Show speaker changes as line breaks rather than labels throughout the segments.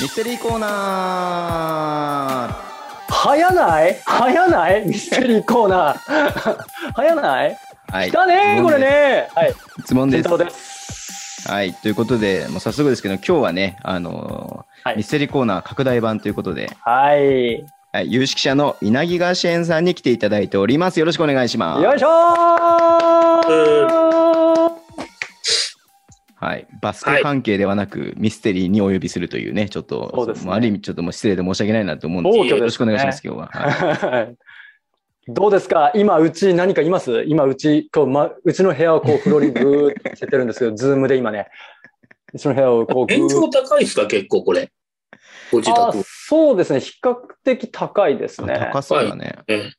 ミステリーコーナー
早ない早ないミステリーコーナー。早ない
はい。
来たねーこれねーはい、
質問で
先
す。
頭
質問
で。
ですす。はい。ということで、もう早速ですけど、今日はね、あのー
はい
ミステリーコーナー拡大版ということで、
はい。
はい、有識者の稲木賀支援さんに来ていただいております。よろしくお願いします。
よいしょー
はい、バスケ関係ではなく、ミステリーにお呼びするというね、ちょっと、
そうですね
もある意味、ちょっともう失礼で申し訳ないなと思うんです
暴
け
挙
ど、
ですね
よろしくお願いします、今日は。 はい
どうですか今うち何かいます今うちこう、ま、うちの部屋をこうフローリングーって見せてるんですけど、ズームで今ね。うちの部屋をこうグ
天
ー
井高いですか、結構これ。ご自
あ
宅。
そうですね。比較的高いです
あ
ね。
高そうだね。
ええ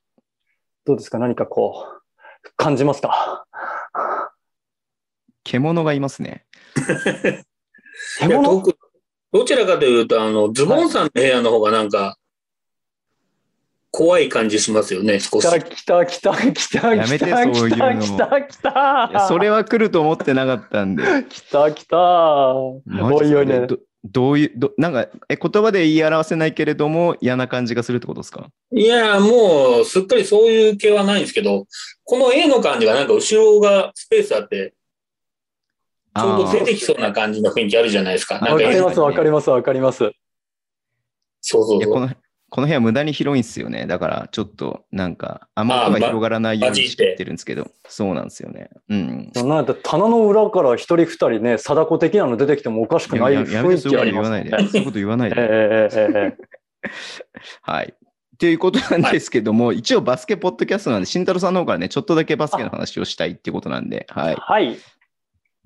どうですか何かこう、感じますか
獣がいます ね。
手
いや
物
特どちらかというと、あの、ズボンさんの部屋の方がなんか、怖い感じしますよね、少し。
来た来た来た来た
やめ
来
て
た
そう
来
いうの
た来た来た
いやそれは来ると思ってなかったんで。
来た来たお
マジ
い
で
おいね
どどういう、どなんかえ、言葉で言い表せないけれども、嫌な感じがするってことですか
いや、もう、すっかりそういう系はないんですけど、この A の感じがなんか後ろがスペースあって、ちょうど
あ
出
ー
てきそうな感じの雰囲気あるじゃないですか。なん
わ
か
かり
あ
ますわかりますわかります
そうそ
いうや
そ
こ
う。
のこの部屋無駄に広いんですよね。だから、ちょっと、なんか、あんま音が広がらないように仕切ってるんですけど、そうなんですよね。うん。
そんなんやったら棚の裏から一人二人ね貞子的なの出てきてもおかしく
い
な
や
い
やや
雰
め
囲
てそう
気
いうこ
あ
と
り
言
ま
わ
す
ない
ね
で。そういうこと言わない
え
で。
えええええ
はい。ということなんですけども、一応バスケポッドキャストなんで、慎太郎さんの方からね、ちょっとだけバスケの話をしたいってことなんで、はい。
はい。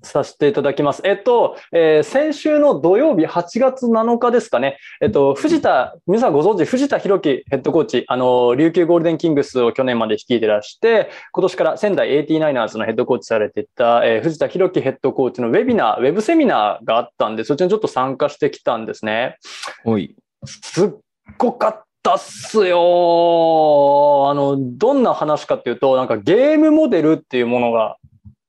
させていただきます。えっと、えー先週の土曜日8月7日ですかね。えっと、藤田、皆さんご存知、藤田弘樹ヘッドコーチ、あの、琉球ゴールデンキングスを去年まで率いてらして、今年から仙台 89ers のヘッドコーチされてた、えー藤田弘樹ヘッドコーチのウェビナー、ウェブセミナーがあったんで、そちらにちょっと参加してきたんですね。
おい。
すっごかったっすよ。あの、どんな話かっていうと、なんかゲームモデルっていうものが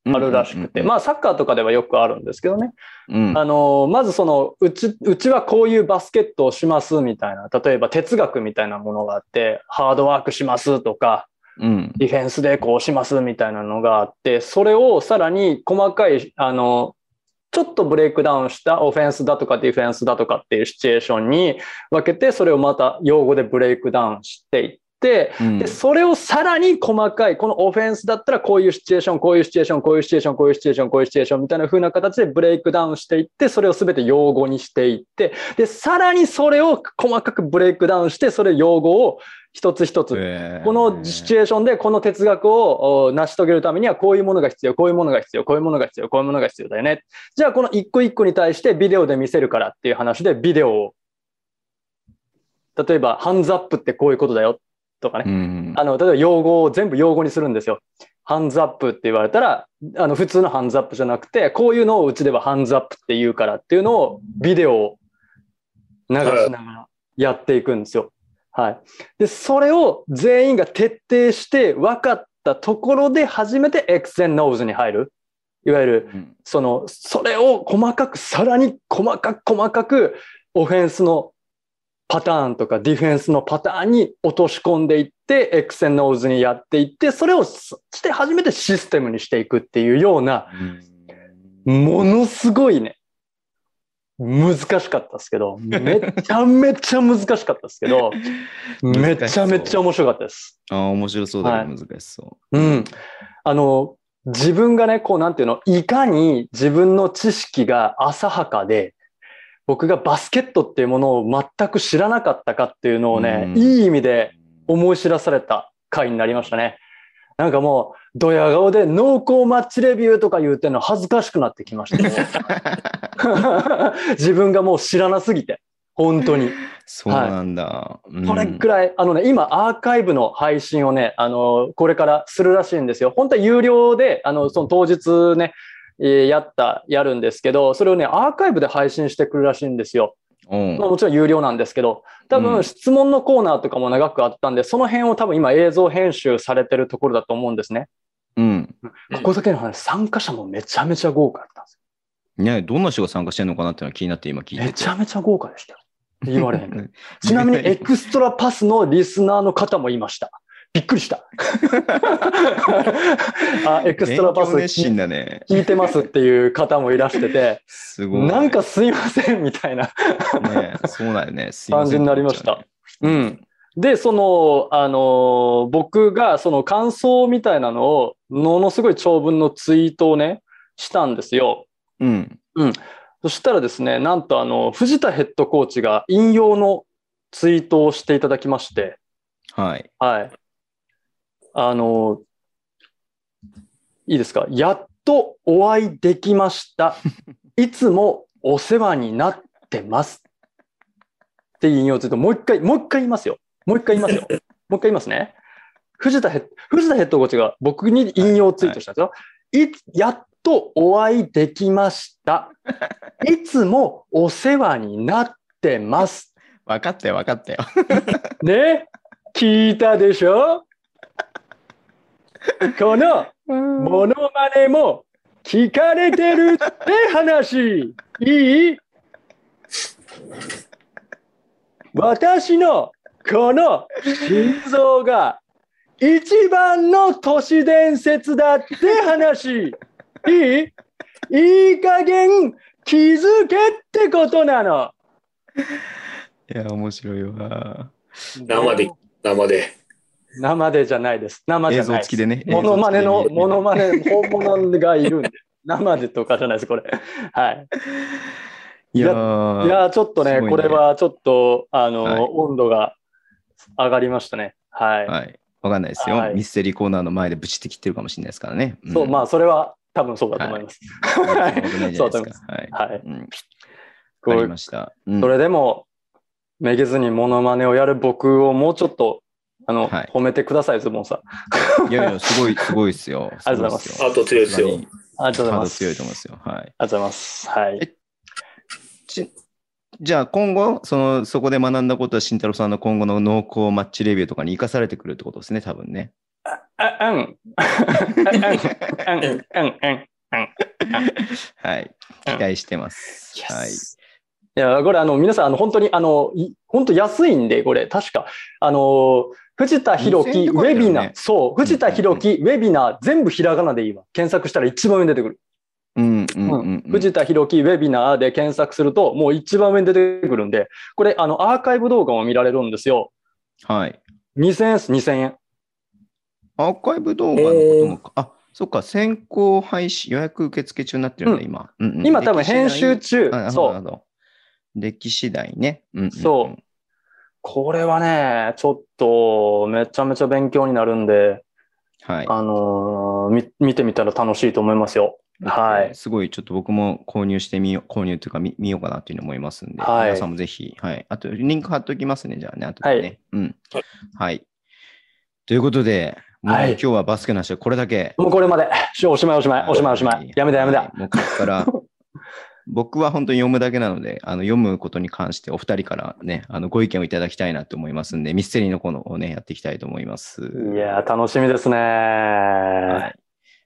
あるらしくて、まあサッカーとかではよくあるんですけどね。
うん、
あの、まずその、うち、うちはこういうバスケットをしますみたいな、例えば哲学みたいなものがあって、ハードワークしますとか、
うん。
ディフェンスでこうしますみたいなのがあって、それをさらに細かい、あの、ちょっとブレイクダウンしたオフェンスだとかディフェンスだとかっていうシチュエーションに分けて、それをまた用語でブレイクダウンしていって、
うん
で、それをさらに細かい、このオフェンスだったらこういうシチュエーション、こういうシチュエーション、こういうシチュエーション、こういうシチュエーション、こういうシチュエーションみたいな風な形でブレイクダウンしていって、それを全て用語にしていって、で、さらにそれを細かくブレイクダウンして、それ用語を一つ一つ
えー
このシチュエーションでこの哲学をお成し遂げるためにはこういうものが必要、こういうものが必要、こういうものが必要、こういうものが必要だよね。じゃあこの一個一個に対してビデオで見せるからっていう話でビデオを。例えば、ハンズアップってこういうことだよとかね。
うん
あの、例えば用語を全部用語にするんですよ。ハンズアップって言われたら、あの、普通のハンズアップじゃなくて、こういうのをうちではハンズアップって言うからっていうのをビデオを流しながらやっていくんですよ。はい。で、それを全員が徹底して分かったところで初めて X and Nose に入る。いわゆる、
うん
その、それを細かく、さらに細かく細かく、オフェンスのパターンとかディフェンスのパターンに落とし込んでいって、エクセンノーズにやっていって、それをして初めてシステムにしていくっていうような、ものすごいね、難しかったですけど、めちゃめちゃ難しかったですけど、め
難し
ち
そう
ゃめちゃ面白かったです。
あー面白そうだ
は
ね、難しそう。
うん。あの、自分がね、こう、なんていうの、いかに自分の知識が浅はかで、僕がバスケットっていうものを全く知らなかったかっていうのをね、
うん
いい意味で思い知らされた回になりましたね。なんかもう、ドヤ顔で濃厚マッチレビューとか言うてんの恥ずかしくなってきましたね。 自分がもう知らなすぎて。本当に。
そうなんだ。
これ
うん
くらい、あのね、今、アーカイブの配信をね、あの、これからするらしいんですよ。本当は有料で、あの、その当日ね、えーやった、やるんですけど、それをね、アーカイブで配信してくるらしいんですよ。
うん
まあ、もちろん有料なんですけど、多
うん
分質問のコーナーとかも長くあったんで、その辺を多分今映像編集されてるところだと思うんですね。
うん。
ここだけの話、参加者もめちゃめちゃ豪華だったんです
ねどんな人が参加してるのかなっていうのは気になって今聞い
よ。
て
め
て
ちゃめちゃ豪華でしたよ。言われへん。ちなみ にエクストラパスのリスナーの方もいました。びっくりした。あエクストラパス
勉強熱心
聞
だね。
いてますっていう方もいらしてて、
すごい。
なんかすいませんみたいな。
ね、そうだよね。すいま
感
せ
じ
ん
になりました。うん。で、その、あのー僕がその感想みたいなのを、ものすごい長文のツイートをね、したんですよ。
うん。
そしたらですね、なんとあの、藤田ヘッドコーチが引用のツイートをしていただきまして、
はい。
はい。あの、いいですか。やっとお会いできました。いつもお世話になってます。って引用すると、もう一回、もう一回言いますよ。もう一回言いますよ。もう一回言いますね。藤田ヘッ藤田ヘッドコーチが僕に引用ツイートしたんですよ。いつやっとお会いできました。いつもお世話になってます。
分かったよ、分かったよ。
ね聞いたでしょこのモノマネも聞かれてるって話いい私のこの心臓が一番の都市伝説だって話いいいい加減気づけってことなの
いや、面白いわ。
生で、生で。
生でじゃないです。生じ
映
ゃ
像
ない
付きでね。
モノマネの、モノマ
マ
ネ、本物がいるんで。 生でとかじゃないです、これ。はい。
ネ。いや
い
ー
やー、ちょっとね、
すごいね
これはちょっと、あの、
はい
温度が上がりましたね。はい。
はい。わかんないですよ、
はい
ミステリーコーナーの前でブチって切ってるかもしれないですからね。ん
そう、まあ、それは多分そうだと思います。
はいそんなことないじゃない
そう
で
だ
すか。はい。
はい。
うん、
こ
わか
れ
りました。うん
それでも、めげずにモノマネをやる僕をもうちょっと、あの、
はい
褒めてください、ズボンさん。
いやいや、すごい、すごいですよ。
ありがとうございます
す
あと強いです
ご
よ
あ
い。。
りがとうござい
ハー
ま
ド
す。
強いと思い
あ
ますよ。はい。
りがとうございます。はい。
ちじゃあ今後、その、そこで学んだことは、慎太郎さんの今後の濃厚マッチレビューとかに生かされてくるってことですね、多分ね。
あ、あん。あん、あん、あん、あん。
はい。期待してます。はい。
いや、これ、あの、皆さん、あの、本当に、あの、い本当安いんで、これ、確か、あの、藤田博
2000円
樹、
と
ウ
かだよ
ェ
ね
ビナー、そう、藤田博樹、ウェビナー、全部ひらがなでいいわ。検索したら一番上に出てくる。
うんうんうんうん。
藤田博樹、ウェビナーで検索すると、もう一番上に出てくるんで、これ、あの、アーカイブ動画も見られるんですよ。
はい。
2000円です、2000円。
アーカイブ動画のこともか、あ、そっか、先行配信、予約受付中になってるんだ、
うん
今。うんうん
今、多分、編集
歴史
中
第あ、なるほど、
そ
なる
う。
ほど。歴史代ね。うんうんうん
そう。これはね、ちょっと、めちゃめちゃ勉強になるんで、
はい。
あのーみ見てみたら楽しいと思いますよ。はい。
すごい、ちょっと僕も購入してみよう、購入というか見見ようかなというふうに思いますんで、
はい
皆さんもぜひ、はい。あと、リンク貼っておきますね、じゃあね、あとでね。うん
はい。
はい。ということで、もう
はい
今日はバスケの話はこれだけ。
もうこれまで。しおしまいおしまいおしまいおしまい。やめだやめだ。
もうここから、 僕は本当に読むだけなので、あの読むことに関してお二人からね、あのご意見をいただきたいなと思いますんで、ミステリーのコーナーをね、やっていきたいと思います。
いやー、楽しみですね。
はい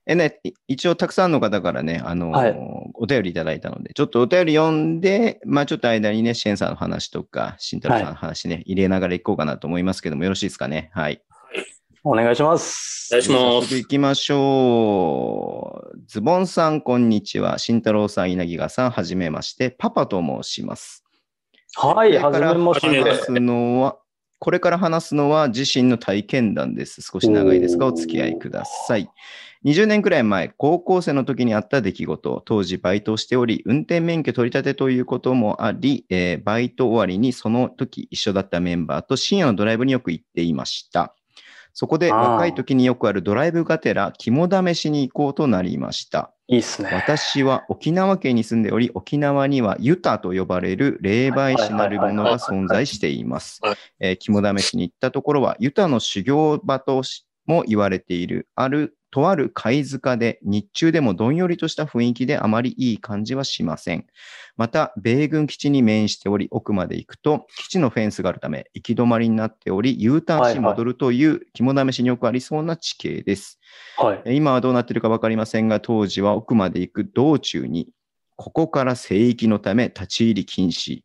えね、い一応たくさんの方からね、あのー
はい
お便りいただいたので、ちょっとお便り読んで、まあちょっと間にね、シェンさんの話とか、慎太郎さんの話ね、入れながらいこうかなと思いますけども、よろしいですかね。はい。
お願いします。
お願いし
早
ま
速
す。
行きましょう。ズボンさん、こんにちは。慎太郎さん、稲賀さん、はじめまして。パパと申します。
はい、
こ
は
れ
じ
から
めまし。
はじめま
話
して
すのは、これから話すのは自身の体験談です。少し長いですが、お付き合いください。20年くらい前、高校生の時にあった出来事、当時バイトをしており、運転免許取り立てということもあり、えーバイト終わりにその時一緒だったメンバーと深夜のドライブによく行っていました。そこで
あー
若い時によくあるドライブがてら肝試しに行こうとなりました。
いいっすね。
私は沖縄県に住んでおり、沖縄にはユタと呼ばれる霊媒師なるものが存在しています
はいはい。
えー肝試しに行ったところは、ユタの修行場としも言われている、ある、とある貝塚で、日中でもどんよりとした雰囲気であまりいい感じはしません。また、米軍基地に面しており、奥まで行くと、基地のフェンスがあるため、行き止まりになっており、U ターンし戻るという肝試しによくありそうな地形です。
はい。
今はどうなっているか分かりませんが、当時は奥まで行く道中に、ここから聖域のため立ち入り禁止。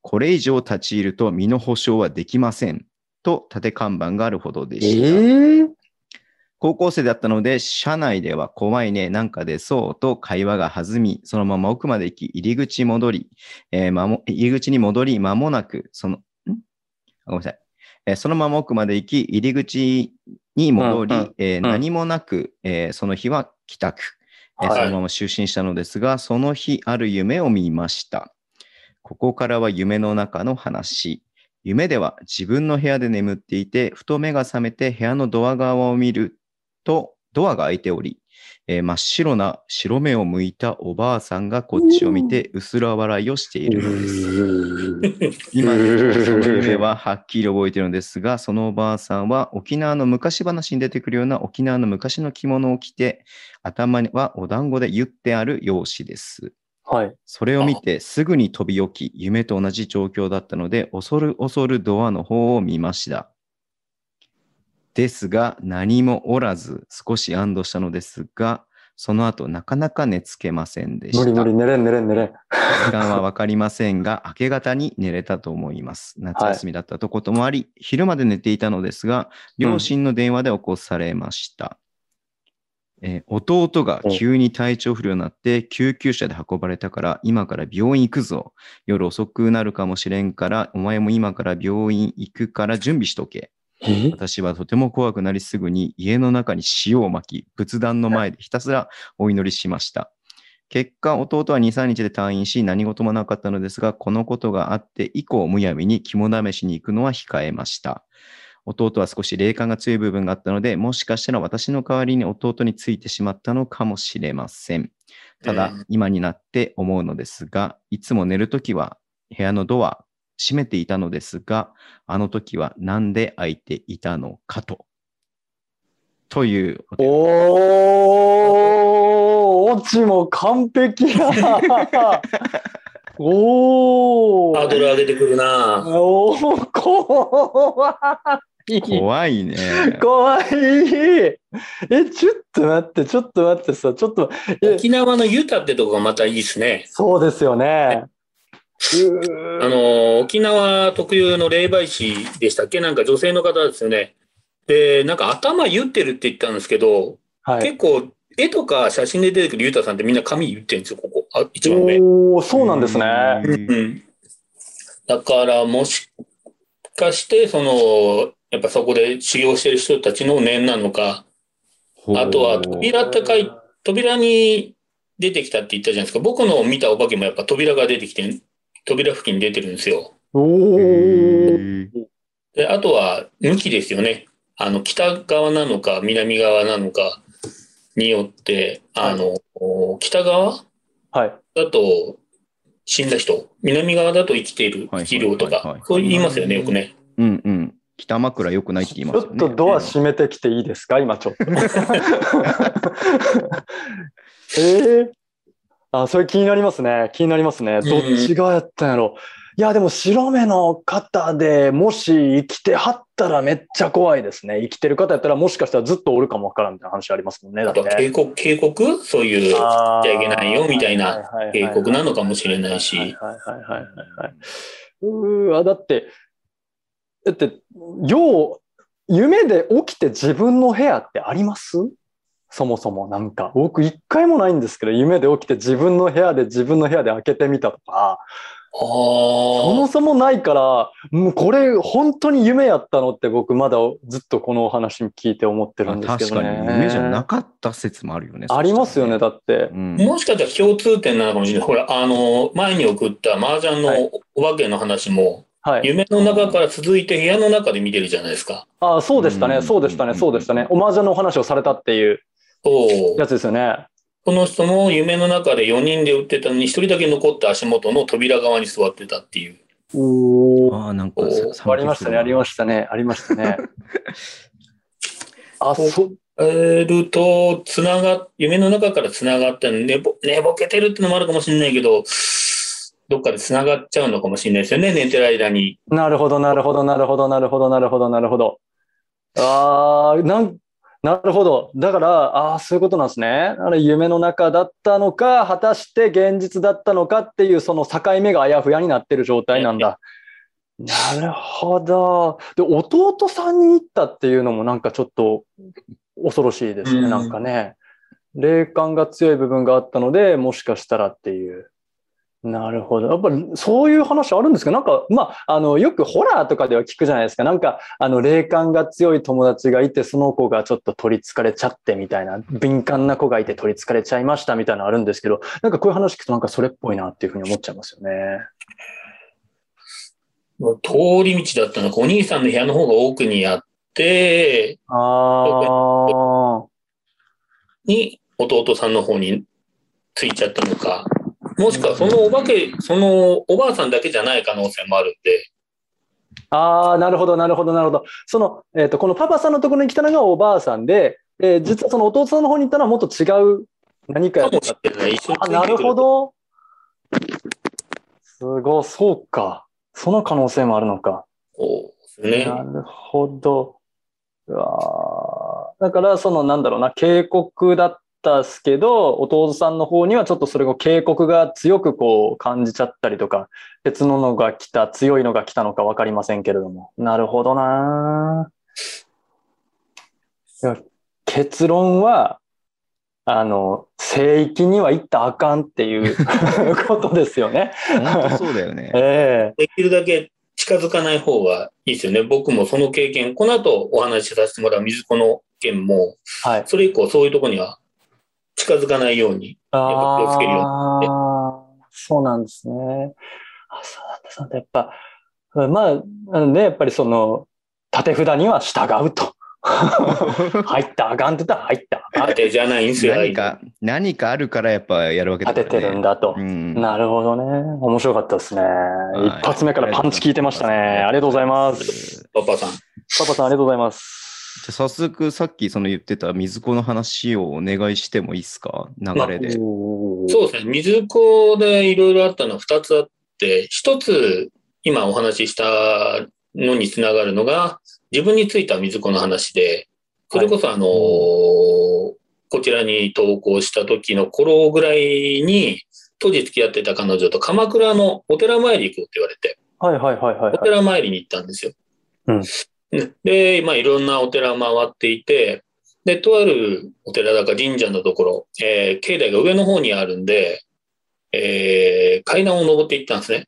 これ以上立ち入ると身の保証はできません。と縦看板があるほどでした。
え
高校生だったので、車内では怖いね、なんか出そうと会話が弾み、そのまま奥まで行き、入り口戻り、えーまも入り口に戻り、間もなく、その、んあごめんなさい、えーそのまま奥まで行き、入り口に戻り、
うんうん
えー
ん
何もなく、えーその日は帰宅、えー
はい
そのまま就寝したのですが、その日ある夢を見ました。ここからは夢の中の話。夢では自分の部屋で眠っていて、ふと目が覚めて部屋のドア側を見ると、ドアが開いており、えー真っ白な白目を向いたおばあさんがこっちを見て、うすら笑いをしているのです。今でもその夢ははっきり覚えているのですが、そのおばあさんは沖縄の昔話に出てくるような沖縄の昔の着物を着て、頭にはお団子で言ってある容姿です。
はい。
それを見てすぐに飛び起き、夢と同じ状況だったので、恐る恐るドアの方を見ました。ですが、何もおらず、少し安堵したのですが、その後、なかなか寝つけませんでした。
無理無理、寝れん寝れん寝れん。
時間はわかりませんが、明け方に寝れたと思います。夏休みだったとこともあり、昼まで寝ていたのですが、両親の電話で起こされました。えー弟が急に体調不良になって救急車で運ばれたから今から病院行くぞ。夜遅くなるかもしれんからお前も今から病院行くから準備しとけ。
え
私はとても怖くなりすぐに家の中に塩をまき、仏壇の前でひたすらお祈りしました。結果、弟は2、3日で退院し、何事もなかったのですが、このことがあって以降、むやみに肝試しに行くのは控えました。弟は少し霊感が強い部分があったので、もしかしたら私の代わりに弟についてしまったのかもしれません。ただ
う、
今になって思うのですが、いつも寝るときは部屋のドア閉めていたのですが、あの時はなんで開いていたのかと。というお手紙
おー、オチも完璧や。お
ハー
ー。
ドル上げてくるな
おー、怖い。
怖いね。
怖い。え、ちょっと待って、ちょっと待ってさ、ちょっと、え
沖縄のユタってとこがまたいいですね。
そうですよね。
あ
うー
の、沖縄特有の霊媒師でしたっけなんか女性の方ですよね。で、なんか頭言ってるって言ったんですけど、
はい。
結構、絵とか写真で出てくるユタさんってみんな髪言ってるんですよ、ここ。あ一番上。
おー、 そうなんですね。
うん
うん。だから、もしかして、その、やっぱそこで修行してる人たちの念なのか、あとは扉高い扉に出てきたって言ったじゃないですか。僕の見たお化けもやっぱ扉が出てきて、扉付近に出てるんですよ。
お
へ
ー。
ー
で、あとは向きですよね。あの、北側なのか南側なのかによって、あの、北側
はい。
だと死んだ人、南側だと生きている、
はい
生きると
はいはいは
か
い、
そう言いますよね、よくね。
うんうん。北枕良くないって言い
ち
ます
ょ
よ
っ
ね。
とドア閉めてきていいですか、今ちょっと。 ええあ、それ気になりますね。気になりますね。どっちがやったんやろ。いや、でも白目の方でもし生きてはったらめっちゃ怖いですね。生きてる方やったらもしかしたらずっとおるかもわからんみたいな話ありますもんね。だ
あ
って
とは
ね。
警告、警告そういう、
あー
やっちゃいけないよみたいな
はいはいはいはい
警告なのかもしれないし
はいはいはいはいはいはい。うーわ、だって、だって、よう、夢で起きて自分の部屋ってありますそもそもなんか。僕一回もないんですけど、夢で起きて自分の部屋で自分の部屋で開けてみたとか、
あ
そも
ー
そもないから、もうこれ本当に夢やったのって僕まだずっとこのお話聞いて思ってるんですけ
確
ど
か
ね。
に夢じゃなかった説もあるよね。
ありますよね、だって
う。ん。
もしかしたら共通点なのかもしれない。ほら、あの、前に送った麻雀のお化けの話も、
はい。
夢の中から続いて部屋の中で見てるじゃないですか。
ああ、そうでした
う
ね、
ん
そうでしたね、そうでしたね。お麻雀のお話をされたっていう
そう。
やつですよね。
この人も夢の中で4人で打ってたのに、1人だけ残って足元の扉側に座ってたっていう。
お
ああ、なんか
お
さ
ありましたね、ありましたね、ありましたね。あ、そ、
えると、つなが、夢の中からつながって寝ぼ、寝ぼけてるってのもあるかもしれないけど、どっかでつながっちゃうのかもしれないですよね、寝てる間に。
なるほど、なるほど、なるほど、なるほど、なるほど、なるほど。あー、なん、なるほど。だから、ああ、そういうことなんですね。だから夢の中だったのか、果たして現実だったのかっていう、その境目があやふやになってる状態なんだ。なるほど。で、弟さんに行ったっていうのもなんかちょっと恐ろしいですね、
うん
なんかね。霊感が強い部分があったので、もしかしたらっていう。なるほど。やっぱりそういう話あるんですけど、なんか、まあ、あの、よくホラーとかでは聞くじゃないですか。なんか、あの、霊感が強い友達がいて、その子がちょっと取り憑かれちゃってみたいな、敏感な子がいて取り憑かれちゃいましたみたいなのあるんですけど、なんかこういう話聞くとなんかそれっぽいなっていうふうに思っちゃいますよね。
通り道だったのか、お兄さんの部屋の方が奥にあって、
ああ。
に弟さんの方についちゃったのか、もしくはそのお化け、そのおばあさんだけじゃない可能性もあるんで、
ああ、なるほど、なるほど、なるほど。その、えっ、と、このパパさんのところに来たのがおばあさんで、えー実はその弟さんの方に行ったのはもっと違う何かや
か
った
もしれない。一緒につい
あ、
てく
なるほど。すごい、そうか。その可能性もあるのか。
そうですね
な。るほど。うわーだから、その、なんだろうな、警告だったっすけど、弟さんの方にはちょっとそれを警告が強くこう感じちゃったりとか、別ののが来た、強いのが来たのか分かりませんけれども。なるほどないや結論は、あの、聖域には行ったらあかんっていう ことですよね。
本当そうだよね。
ええ
できるだけ近づかない方がいいですよね。僕もその経験、この後お話しさせてもらう水子の件も、
はい。
それ以降そういうとこには近づかないように。
あ
やっぱ気をつけるよう
あーそうなんですね。あそうだった、そうだった。やっぱ、まあ、なんで、やっぱりその、縦札には従う と。入ったあかんって言ったら入ったあ
あ
かん。
てじゃないんですよ。
何か、何かあるからやっぱやるわけだ
立
か
て
ら、ね。
てるんだと
う。ん。
なるほどね。面白かったですね。
い
一発目からパンチ効いてましたね。ありがとうございます。
パパさん。
パパさん、ありがとうございます。
じゃあ早速、さっきその言ってた水子の話をお願いしてもいいですか流れで。
おー
そうですね。水子でいろいろあったのは2つあって、1つ今お話ししたのにつながるのが、自分についた水子の話で、それこそあのーこちらに投稿した時の頃ぐらいに、当時付き合ってた彼女と鎌倉のお寺参り行こうって言われて、
はいはいはいはい
お
はい。
寺参りに行ったんですよ。
うん
ねで、まあ、いろんなお寺回っていて、で、とあるお寺だか神社のところ、えー境内が上の方にあるんで、えー階段を登っていったんですね。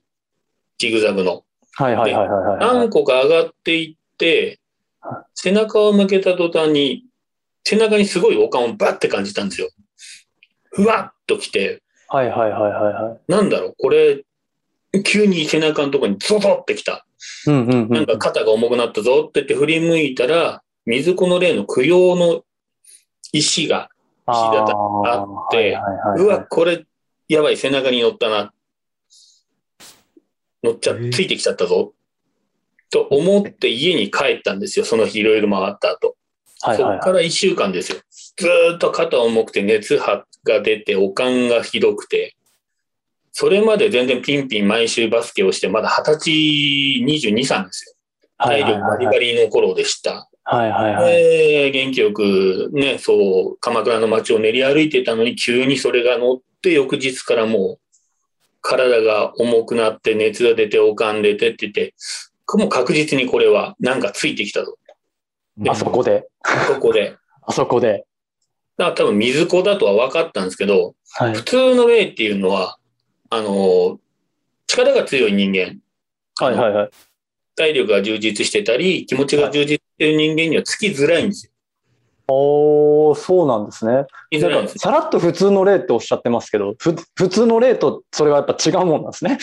ジグザグの。
はいはいはいはいはいはい
何。個か上がっていって
は、
背中を向けた途端に、背中にすごいお感をバッて感じたんですよ。ふわっと来て、
はいはいはいはいはい。
なんだろう、これ、急に背中のところにゾゾってきた。
うんうんう
なん
ん
か。肩が重くなったぞって言って振り向いたら、水子の例の供養の石が、石だったあって
はいはいはいはいう
わ、これ、やばい、背中に乗ったな。乗っちゃ、
えー
ついてきちゃったぞ。と思って家に帰ったんですよ。その日いろいろ回った後。
はい
そ
はい
こ
は
か
い。
ら1週間ですよ。ずーっと肩重くて熱波が出て、おかんがひどくて。それまで全然ピンピン毎週バスケをして、まだ20歳、22、3ですよ。
は
体
いはい
力バリバリの頃でした。
はいはいはい。
で、元気よくね、そう、鎌倉の街を練り歩いてたのに、急にそれが乗って、翌日からもう、体が重くなって、熱が出て、おかん出てって言って、もう確実にこれは、なんかついてきたぞ、
あそこで、
そこで。
あそこで。
だから多分、水子だとは分かったんですけど、
はい
普。通の例っていうのは、あの、力が強い人間、
はいはいはい。
体力が充実してたり、気持ちが充実してる人間にはつきづらいんですよ。
おー、そうなんですね。
つきづらい
なんん
で
か、
す
さらっと普通の例っておっしゃってますけど、ふ普通の例とそれはやっぱ違うもんなんですね。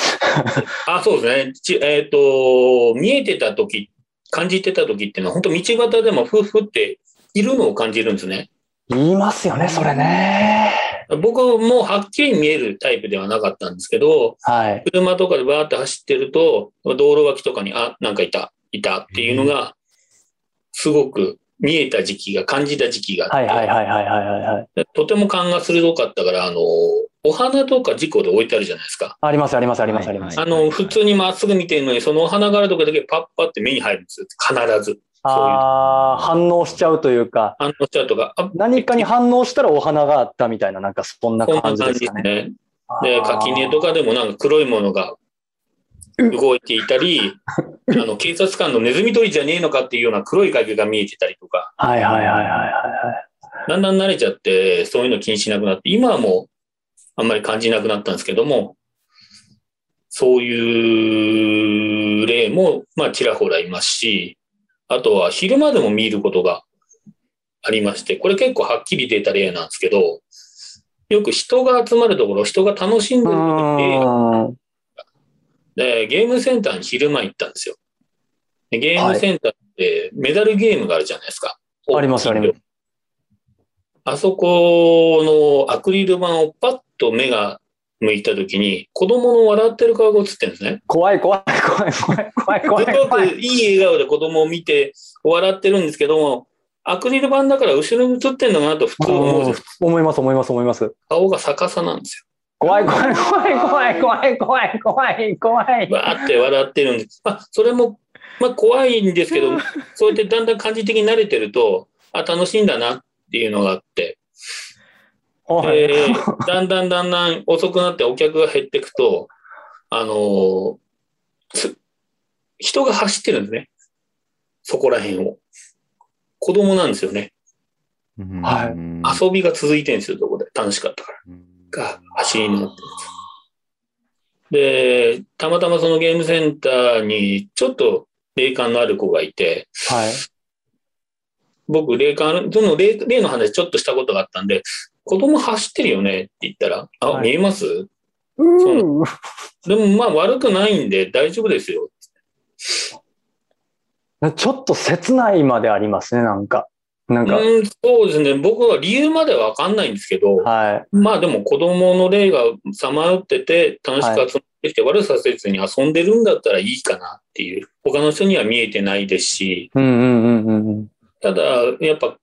あ、そうですね。ちえっ、と、見えてた時、感じてた時っていうのは、本当道端でも夫婦っているのを感じるんですね。
言いますよね、それね。
僕もはっきり見えるタイプではなかったんですけど、
はい。
車とかでバーって走ってると、道路脇とかに、あ、なんかいた、いたっていうのが、すごく見えた時期が、感じた時期があって、
はいはいはいはいはいはいはい。
でとても勘が鋭かったから、あの、お花とか事故で置いてあるじゃないですか。
ありますありますありますあ
はい
り
はい
ます。
あ
はいは
の、
い
普通にまっすぐ見てるのに、そのお花があるとこだけパッパって目に入るんですよ。必ず。
ああ、反応しちゃうというか、
反応しちゃうとか、あ
何かに反応したらお花があったみたいな、なんかそんな
こんな感
感じで
じで
す
す
かね。
ね。で、
あー
垣根とかでもなんか黒いものが動いてい たり、あの、警察官のネズミ捕りじゃねえのかっていうような黒い影が見えてたりとか、
はいはいはいはいは
だんだん慣れちゃって、そういうの気にしなくなって、今はもうあんまり感じなくなったんですけども、そういう例も、まあ、ちらほらいますし、あとは昼間でも見ることがありまして、これ結構はっきり出た例なんですけど、よく人が集まるところ、人が楽しん
い
でるので、
はい。うーん。
で、ゲームセンターに昼間行ったんですよ。でゲームセンターってメダルゲームがあるじゃないですか。。
ありますあります
あそこのアクリル板をパッと目が向いたときに、子供の笑ってる顔が映ってるんですね。
怖い怖い怖い怖い怖い怖い
すご
怖
く
い。
いい笑顔で子供を見て笑ってるんですけども、アクリル板だから後ろに映ってるのかなと普通思うんですよ。
思います思います思います。
顔が逆さなんですよ
怖い怖い怖い怖い怖い怖い怖い怖い。
わーって笑ってるんです。まあ、それも、まあ、怖いんですけど、そうやってだんだん感じ的に慣れてると、あ、楽しいんだなっていうのがあって、
はい。
でだんだんだんだん遅くなってお客が減っていくと、あのーす人が走ってるんですね。そこら辺を。子供なんですよね。
はい
い。
遊びが続いてるんですよ、そこで。楽しかったから。が走りになってます。で、たまたまそのゲームセンターにちょっと霊感のある子がいて、
はい。
僕霊感ある、その霊霊の話ちょっとしたことがあったんで、子供走ってるよねって言ったら、あ、
はい
見えます
うーん。
でもまあ悪くないんで大丈夫ですよ。
ちょっと切ないまでありますね、なんか。なんか、
うん、そうですね。僕は理由まではわかんないんですけど、
はい。
まあでも子供の霊がさまよってて、楽しく集まってきて悪させずに遊んでるんだったらいいかなっていう。他の人には見えてないですし、
うんうんうんうんうん。
ただ、やっぱ、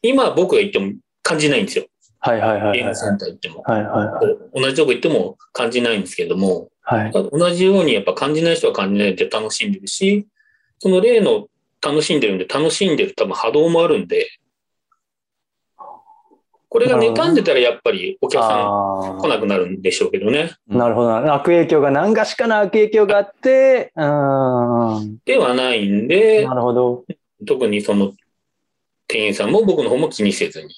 今僕が行っても感じないんですよ。
はいはいはいはい
ゲーム。センター行っても。
はいはいはい。
同じとこ行っても感じないんですけども、
はい。
同じようにやっぱ感じない人は感じないで楽しんでるし、その例の楽しんでるんで、楽しんでる多分波動もあるんで、これが妬んでたらやっぱりお客さ
あ
ん来
ー
なくなるんでしょうけどね。
なるほどな。悪影響が何かしかの悪影響があって、うーん。
ではないんで
な、るほど。
特にその店員さんも僕の方も気にせずに。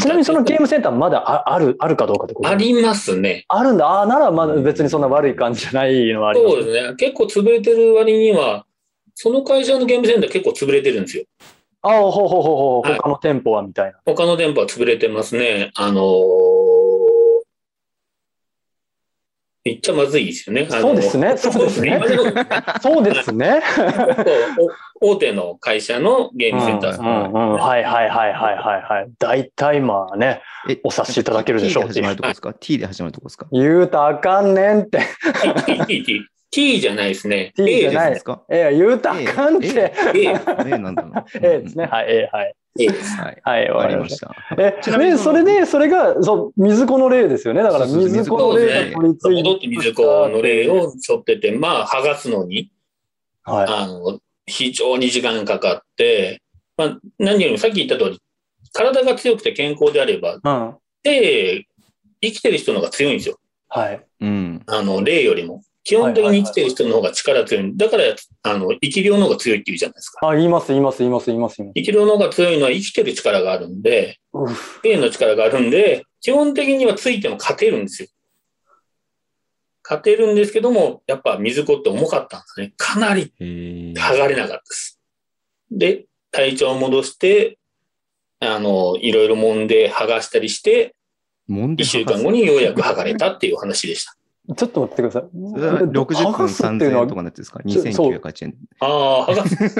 ちなみにそのゲームセンターまだあある、あるかどうかってこと
ありますね。
あるんだ。ああ、ならまだ別にそんな悪い感じじゃないのはありま
そ
す
うですね。結構潰れてる割には、その会社のゲームセンター結構潰れてるんですよ。
ああ、ほうほうほうほう、
はい
他の店舗はみたいな。
他の電波は潰れてますね。あのー言っちゃまずいですよね。あのー
そうですねそうですね
今の結
そうですね。
構お大手の会社のゲームセンター
う
さ
ん
ん。
うんうんはいはいはいはいはいはい。大体まあね、
え
お察しいただけるでしょう
T で始まるとこですか ?T で始まるとこですか
言うたらあかんねんって。
T T T T じゃないですね。
T じゃ
A
ない
ですか
ええ、言うたらあかんっ
え
て。
です。A
?A なんだな。
ええですね。はい、ええ、はい。
A です。
はい。
はい、
わ
わ
か
か
り
り
ま
ま
し。
したた。え
ちな、みに
え、それで、それが、そう、水子の例ですよね。だから、
そうそう
水子の例が取り付いて。
戻って水子の例。を背負ってて、まあ、剥がすのに、
はい。
あの、非常に時間かかって、まあ、何よりもさっき言った通り、体が強くて健康であれば、
うん。
で、生きてる人の方が強いんですよ。
はい。
うん。
あの、霊よりも。基本的に生きてる人の方が力強い。だから、あの、生き量の方が強いって言うじゃないですか。
あ、言います、言います、言います、言います、言い
生き量の方が強いのは生きてる力があるんで、
ます。
霊の力があるんで、基本的にはついても勝てるんですよ。勝てるんですけども、やっぱ水子って重かったんですね。かなり
へー
剥がれなかったです。で、体調を戻して、あの、いろいろ揉んで剥がしたりして、
もん
1
で
週間後にようやく剥がれたっていう話でした。
ちょっと待ってください。
それは60分
剥がすっていうの
3000円と
は、
かのやつですか
そう
?2980 円。
ああ、剥がす。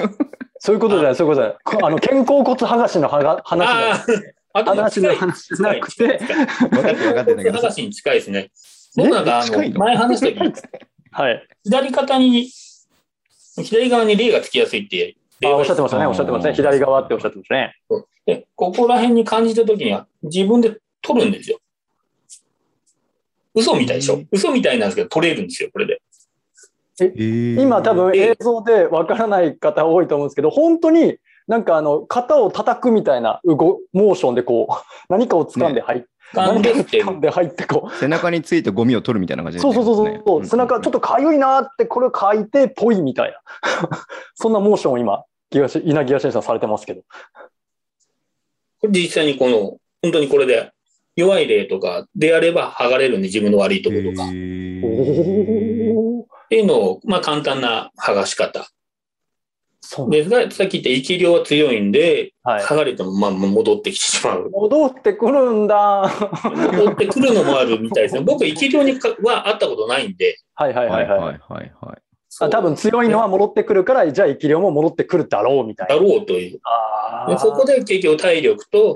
そういうことじゃない、そういうことじゃないこ。あの、肩甲骨剥がしのはが話じゃない
ああ、あと
話の話じゃなくて。
分かって分かってんだけど
剥がしに近いですね。僕なんか、あ
近い
の、
の
前話した時
はい。
左肩に、左側に霊がつきやすいって、
あ、おっしゃってましたね、
あー
おっしゃってますね。左側っておっしゃってますね。
で、ここら辺に感じた時には、自分で取るんですよ。嘘みたいでしょ嘘みたいなんですけど、取れるんですよ、これで。
今
今
多分映像でわからない方多いと思うんですけど、本当になんかあの、肩を叩くみたいな動、モーションでこう、 何かを掴んで入っ
掴んでって
掴んで入ってこう。
背中についてゴミを取るみたいな感じです
そう
ね
そうそうそう、背中ちょっとかゆいなーって、これを書いて、ぽいみたいな。 そんなモーションを今、東稲木屋さんされてますけど。
これ実際にこの、本当にこれで、弱い例とかであれば剥がれるんで、自分の悪いところとか。
へ
っ
お
ー
ー
ていうのを、まあ簡単な剥がし方。
そうね。
ですが、さっき言った一量は強いんで、
はい。
剥がれてもまあ戻ってきてしまう。
戻ってくるんだ。は
戻ってくるのもあるみたいですね。 僕、一量にかは会ったことないんで。
いはい
は
はいい
は
はいい。
はいはい。
あ多分強いのは戻ってくるから、じゃあ生き量も戻ってくるだろうみたい
だ
な。
ろうという。
あ
で
ー
そこで結局体力と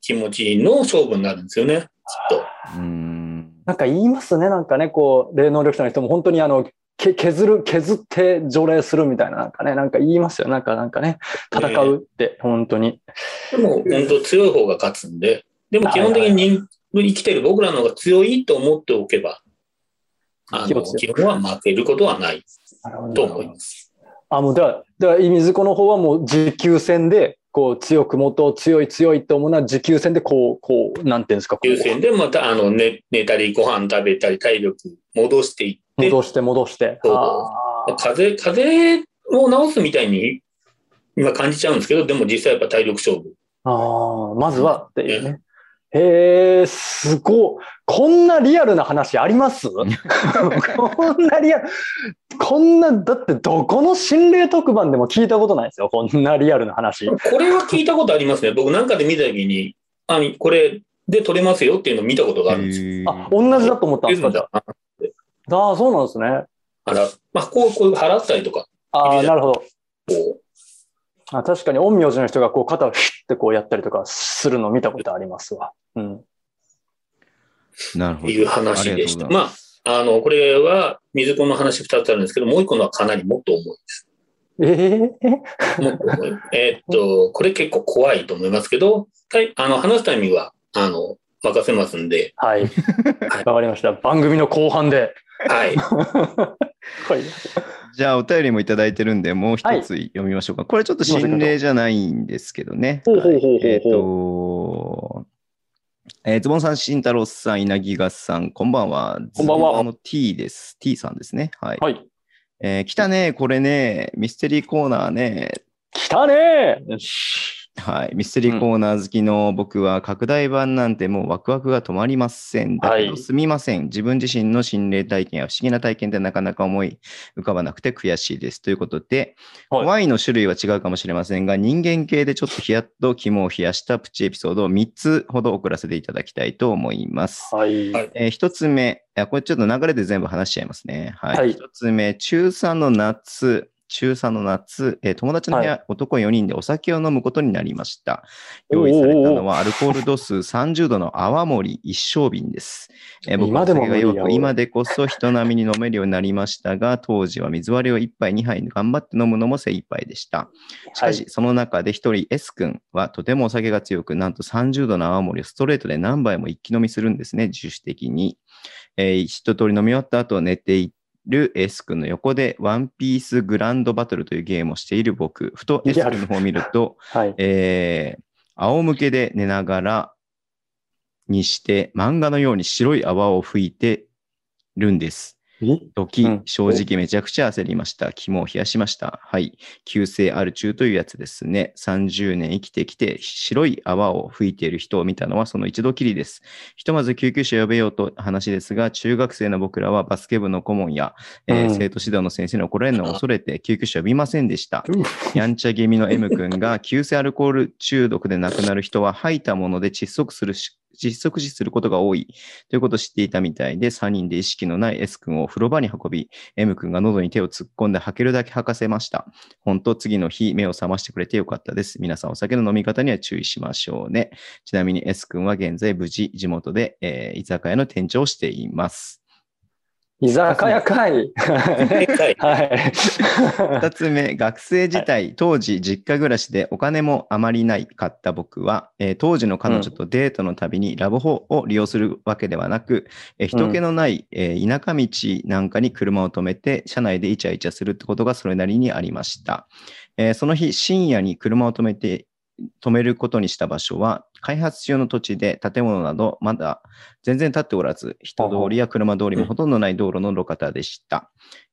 気持ちの勝負になるんですよね。きっと。
うーん。
なんか言いますね、なんかね、こう、霊能力者の人も本当にあの、け削る、削って除霊するみたいな、なんかね、なんか言いますよ、なんか、なんかね、戦うって、本当に。
でも、本当強い方が勝つんで。でも基本的に人生きてる僕らの方が強いと思っておけば、あ
気
の、
をつけ
基本は負けることはない
なるほ
と
どな
思
る
い
ほど
ます。
あ、もう、だから、だから、いみずこの方はもう、持久戦で、こう、強く元を強い強いと思うのは、持久戦で、こう、こう、なんていうんですか、こ
優
う、
先でまた、あの、寝、寝たり、ご飯食べたり、体力戻していって、
戻して戻して。
そう
あー
風邪、風邪を治すみたいに今感じちゃうんですけど、でも実際やっぱ体力勝負。
あー、まずはっていうね。へえ、すごい。こんなリアルな話あります こんなリアル。こんな、だってどこの心霊特番でも聞いたことないですよ。こんなリアルな話。
これは聞いたことありますね。僕なんかで見たときに、あ、これで取れますよっていうのを見たことがあるんですよ。
へー
あ、同じだと思ったんですか、じゃ
あ
あ。ああ、そうなんですね。
払うまあ、こう、こう払ったりとか、
ああ、なるほど。
こ
あ確かに、陰陽師の人がこう肩をヒュッてこうやったりとかするの見たことありますわ。うん。
なるほ
う、
ど。
いう話でした。
ありがとうござい
まあ、あの、これは、水子の話2つあるんですけど、もう1個のはかなりもっと重いです。
ええ
もっと重 い。えーっと、これ結構怖いと思いますけど、タイあの、話すタイミングは、あの、任せますんで、
はい。わかりました。番組の後半で。
はい。
はい。
じゃあ、お便りもいただいてるんで、もう一
はい
つ読みましょうか。これちょっと心霊じゃないんですけどね。
ほうほうほうほうほう
えっ、とえーズボンさん、慎太郎さん、稲木賀さん、こんばんは。
こんばんは
ズボンの T です。T さんですね。はい。
はい。
えー来たね、これね、ミステリーコーナーね。
来たねよし。
はい。ミステリーコーナー好きの僕は、拡大版なんてもうワクワクが止まりません。だけ
は
ど
い
すみません。自分自身の心霊体験や不思議な体験ってなかなか思い浮かばなくて悔しいです。ということで、
はい
怖いの種類は違うかもしれませんが、人間系でちょっとヒヤッと肝を冷やしたプチエピソードを3つほど送らせていただきたいと思います。
はい。
はい
え1つ目、あこれちょっと流れで全部話しちゃいますね。はい。
はい
1つ目、中3の夏、中3の夏、えー友達の部屋、男4人でお酒を飲むことになりました。用意されたのはアルコール度数30度の泡盛一升瓶です。えー僕
今
は
でも
お酒が弱
無
く
理や
今でこそ人並みに飲めるようになりましたが、当時は水割りを1杯2杯頑張って飲むのも精一杯でした。しか
は
し、その中で一人 S 君はとてもお酒が強く、なんと30度の泡盛をストレートで何杯も一気飲みするんですね、自主的に。えー一通り飲み終わった後、寝ている S 君の横で、ワンピースグランドバトルというゲームをしている僕、ふと S 君の方を見ると、
はい。
えー仰向けで寝ながらにして、漫画のように白い泡を吹いてるんです。時
うん、
正直めちゃくちゃ焦りました。肝を冷やしました。はい。急性ある中というやつですね。30年生きてきて、白い泡を吹いている人を見たのはその一度きりです。ひとまず救急車呼べようと話ですが、中学生の僕らはバスケ部の顧問や、えー
うん
生徒指導の先生に怒られるのを恐れて救急車呼びませんでした。やんちゃ気味の M 君が急性アルコール中毒で亡くなる人は吐いたもので窒息するし、窒息死することが多いということを知っていたみたいで、3人で意識のない S 君を風呂場に運び、M 君が喉に手を突っ込んで吐けるだけ吐かせました。本当、次の日、目を覚ましてくれてよかったです。皆さん、お酒の飲み方には注意しましょうね。ちなみに S 君は現在無事、地元で、えー居酒屋の店長をしています。
居酒屋かい。
でかい。
はい。
二つ目、学生時代、当時実家暮らしでお金もあまりないかった僕は、えー当時の彼女とデートのたびにラブホを利用するわけではなく、えー人気のない、えー田舎道なんかに車を止めて、車内でイチャイチャするってことがそれなりにありました。えーその日、深夜に車を止めて、止めることにした場所は、開発中の土地で建物などまだ全然立っておらず、人通りや車通りもほとんどない道路の路肩でした。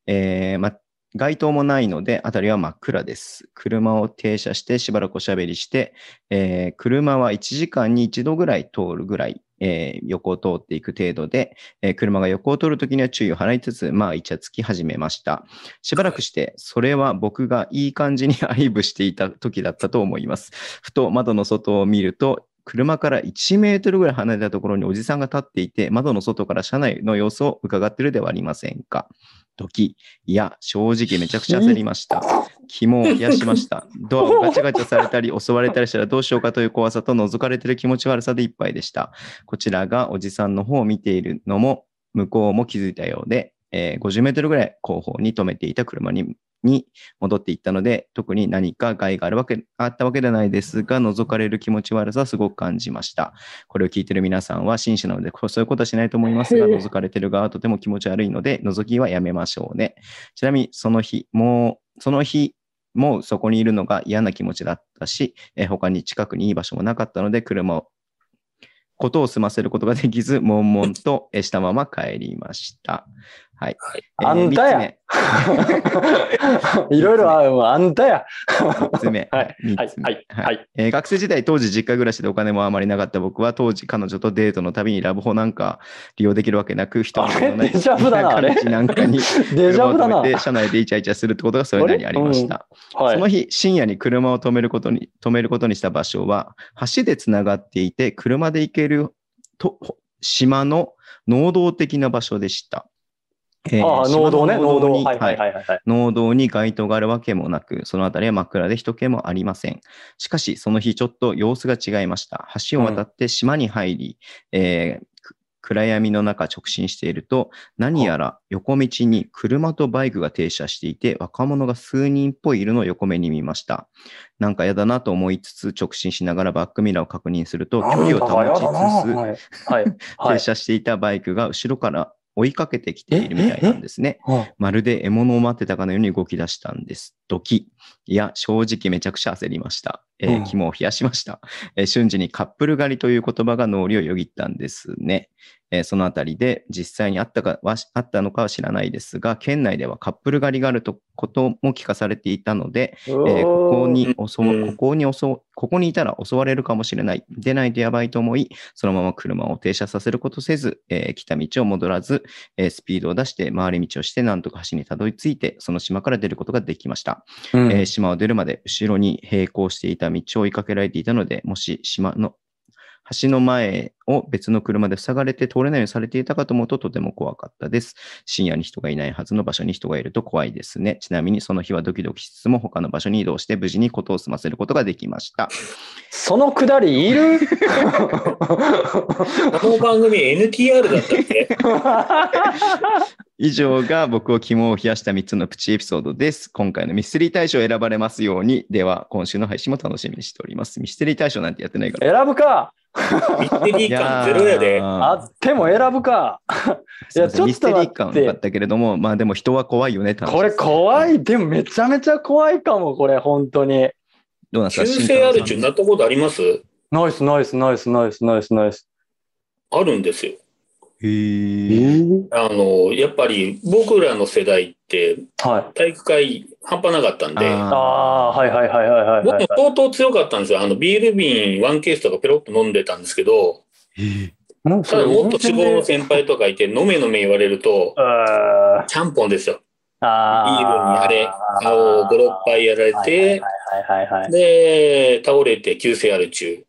えーま街灯もないので、辺りは真っ暗です。車を停車してしばらくおしゃべりして、えー車は1時間に1度ぐらい通るぐらい、えー横を通っていく程度で、えー車が横を通るときには注意を払いつつ、まあ、イチャつき始めました。しばらくして、それは僕がいい感じに愛撫していた時だったと思います。ふと窓の外を見ると、車から1メートルぐらい離れたところにおじさんが立っていて、窓の外から車内の様子を伺ってるではありませんか。時、いや、正直めちゃくちゃ焦りました。肝を冷やしました。ドアをガチャガチャされたり、襲われたりしたらどうしようかという怖さと覗かれてる気持ち悪さでいっぱいでした。こちらがおじさんの方を見ているのも、向こうも気づいたようで、えー50メートルぐらい後方に止めていた車にに戻っていったので、特に何か害があるわけ、あったわけではないですが、覗かれる気持ち悪さはすごく感じました。これを聞いてる皆さんは紳士なので、こうそういうことはしないと思いますが、
へえ
覗かれてる側はとても気持ち悪いので、覗きはやめましょうね。ちなみに、その日、もう、その日、もうそこにいるのが嫌な気持ちだったし、えー他に近くにいい場所もなかったので、車を、ことを済ませることができず、悶々とえーしたまま帰りました。はい。
はい
えー
あんたや
三つ目
いろいろあるわあんたや。
三つ目。
はい
三
はい
つ目
はい
はい
はい。
えー学生時代、当時実家暮らしでお金もあまりなかった僕は、当時彼女とデートのたびにラブホなんか利用できるわけなく、人
あれ
のない
デジャブだなあれ
田舎道なん かに
デジ
車
ャ
を
ブだな。
止
はい
めて、。車内でイチャイチャするってことがそれなりにありました。その日、深夜に車を止めることに、止めることにした場所は、橋でつながっていて、車で行けると島の能動的な場所でした。えー
ああ、能
島の
動ね、能動。
に
はいはいはいはいはい。
農道に街灯があるわけもなく、その辺りは真っ暗で人気もありません。しかし、その日ちょっと様子が違いました。橋を渡って島に入り、えーく暗闇の中直進していると、何やら横道に車とバイクが停車していて、若者が数人っぽいいるのを横目に見ました。なんか嫌だなと思いつつ、直進しながらバックミラーを確認すると、距離を保ちつつ、
はいはい。は
停
い。
車していたバイクが後ろから追いかけてきているみたいなんですね。
うん
まるで獲物を待ってたかのように動き出したんです。ドキ。いや、正直めちゃくちゃ焦りました。えー
うん
肝を冷やしました、えー瞬時にカップル狩りという言葉が脳裏をよぎったんですね。えーそのあたりで実際にあったかはあったのかは知らないですが、県内ではカップル狩りがあるとことも聞かされていたので、えーここに襲
う
う、
ん
ここに襲う、ここにいたら襲われるかもしれない。出ないとやばいと思い、そのまま車を停車させることせず、えー来た道を戻らず、えースピードを出して回り道をして、なんとか橋にたどり着いて、その島から出ることができました。
うん
えー島を出るまで後ろに並行していた道を追いかけられていたので、もし島の橋の前を別の車で塞がれて通れないようにされていたかと思うととても怖かったです。深夜に人がいないはずの場所に人がいると怖いですね。ちなみにその日はドキドキしつつも他の場所に移動して無事にことを済ませることができました。
そのくだりい る
この番組 NTR だったっけ
以上が僕を肝を冷やした3つのプチエピソードです。今回のミステリー大賞を選ばれますように。では、今週の配信も楽しみにしております。ミステリー大賞なんてやってないから。
選ぶか
ミステリ
い
ー感
や
ゼロやで。
あっても選ぶか
すいません
いやちょ
ミス
っと
テリ
待っ
ー
て
感は良かったけれども、まあでも人は怖いよね、楽しい
これ怖
うん
いでもめちゃめちゃ怖いかもこれ本当に
どうなんです
中
か
性アル
慎太郎さ
中
ん
になったことあります
ナイスナイスナイスナイスナイスナイス
あるんですよ。
へえ。
あの、やっぱり僕らの世代って
はい
体育会半端なかったんで、
ああはいはいはいはいはい
僕
は
も
い
相当強かったんですよ。あの、ビール瓶ワンケースとかペロッと飲んでたんですけど、
なんか
ただもっと地方の先輩とかいて、飲め飲め言われると、
あ
ちゃんぽんですよ。
ー
ビールにあれ、顔を5、6杯やられて、
はいはいはいはい
で、倒れて急性アル中。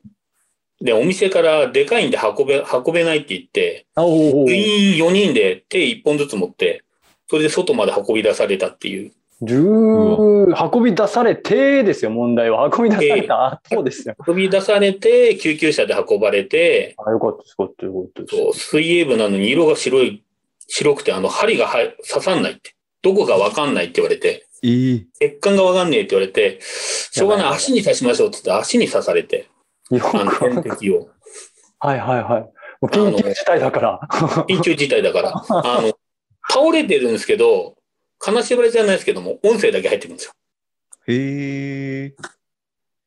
で、お店からでかいんで運べ、運べないって言って、
おー
全員4人で手1本ずつ持って、それで外まで運び出されたっていう。
ルー運び出されてですよ、問題は。運び出された後ですよ。
運び出されて、救急車で運ばれて、
あ、よかったです、よかったです、よかったです
そう水泳部なのに色が白い白くて、あの、針がは刺さんないって。どこかわかんないって言われて、
ええ
血管がわかんねえって言われて、しょうがない、足に刺しましょうって言って、足に刺されて、
よく
あの、
わか
点
んない
滴を。
はいはいはい。もう緊急事態だから。
緊急事態だから、あの、倒れてるんですけど、金縛りじゃないですけども、音声だけ入ってくるんですよ。
へえ。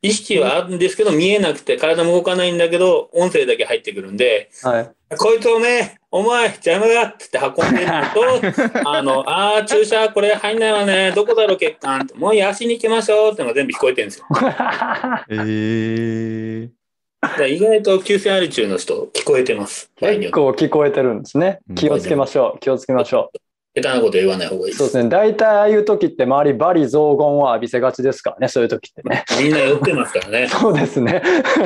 意識はあるんですけど、見えなくて、体も動かないんだけど、音声だけ入ってくるんで、
はい。
こいつおめえ、お前、邪魔だっつって運んで るのと、あの、あー、注射、これ入んないわね、どこだろう、血管って、もう足に行きましょうってのが全部聞こえてるん ですよ。
ええ。
だから意外と急性アリ中の人、聞こえてます。場合に
結
よって
構聞こえてるんですね
うん。
気をつけましょう。気をつけましょ。
下手なこと言わない方がいうい
そうです
で。
すね。大体ああいう時って周りバリ雑言は浴びせがちですからね。そういう時って ね。
みんな酔ってますからね。
そうですね。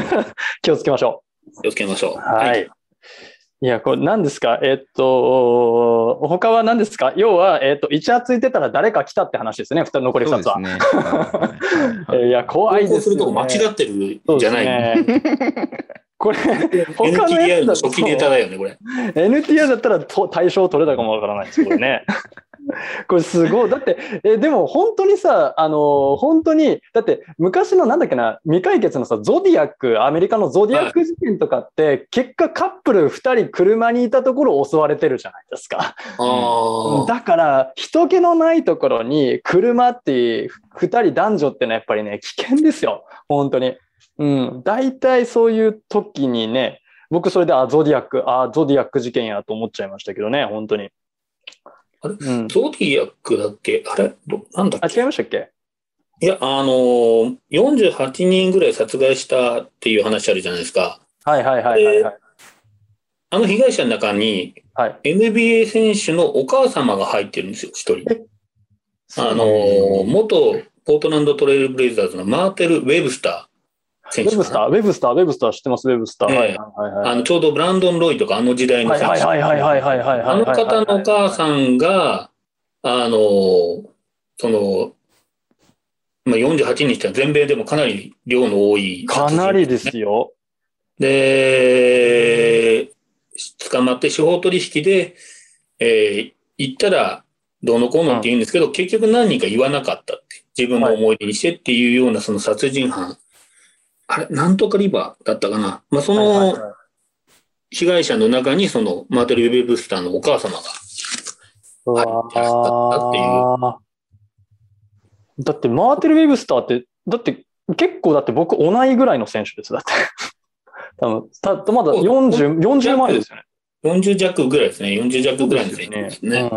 気をつけましょ
気をつけましょう。
う。はい。いや、これ何ですかえっと、他は何ですか要は、えっと、一夜ついてたら誰か来たって話ですね。ふた残り
そ
2
うで
つは
す。ね。はいはいはい
いや、怖い
投
で
稿
すよ、
する
ね。
とこ間違ってるんじゃない、
そう ですねこれ、他のや
NTR
つだ
の初期ネタ
と、
だよね、これ。
NTR だったらと対象取れたかもわからないです、これね。これすごい。だって、え、でも本当にさ、あの、本当に、だって昔のなんだっけな、未解決のさ、ゾディアック、アメリカのゾディアック事件とかって、結果カップル2人車にいたところを襲われてるじゃないですか。
ああ。
だから、人気のないところに車って2人男女ってのはやっぱりね、危険ですよ。本当に。うん。大体そういう時にね、僕それで、あ、ゾディアック、あ、ゾディアック事件やと思っちゃいましたけどね、本当に。
あれ
うん。
ゾディアックだっけあれどなんだっ
あ、
け
違いましたっけ
いや、あのー、48人ぐらい殺害したっていう話あるじゃないですか。
はいはいはいはい、はい。
あの被害者の中に、
はい
NBA 選手のお母様が入ってるんですよ、一人。あのー、元ポートランドトレイルブレイザーズのマーテル・ウェブスター
ウ
選手
ェブスター、ウェブスター、ウェブスター知ってます、ウェブスター。
ええ
はいはいはい
あのちょうどブランドン・ロイとかあの時代の
はい。
選手。
はいはいはいはいはいはいはい。
あの方のお母さんが、あの、その、まあ、48日は全米でもかなり量の多い。
かなりで。すよ。
で、捕まって司法取引で、えー行ったらどうのこうのって言うんですけど、結局何人か言わなかったって。自分の思い出にしてっていうようなその殺人犯。あれ、なんとかリバーだったかな。まあ、そ
はいはい
の
はい
被害者の中にそのマーテル・ウェブスターのお母様が
うわ
だってい
ーだってマーテル・ウェブスターって、だって結構だって僕同いぐらいの選手です。だって。 多分たまだ40、40前ですよね。
40弱ぐらいですね。40弱ぐらいの選手ですね。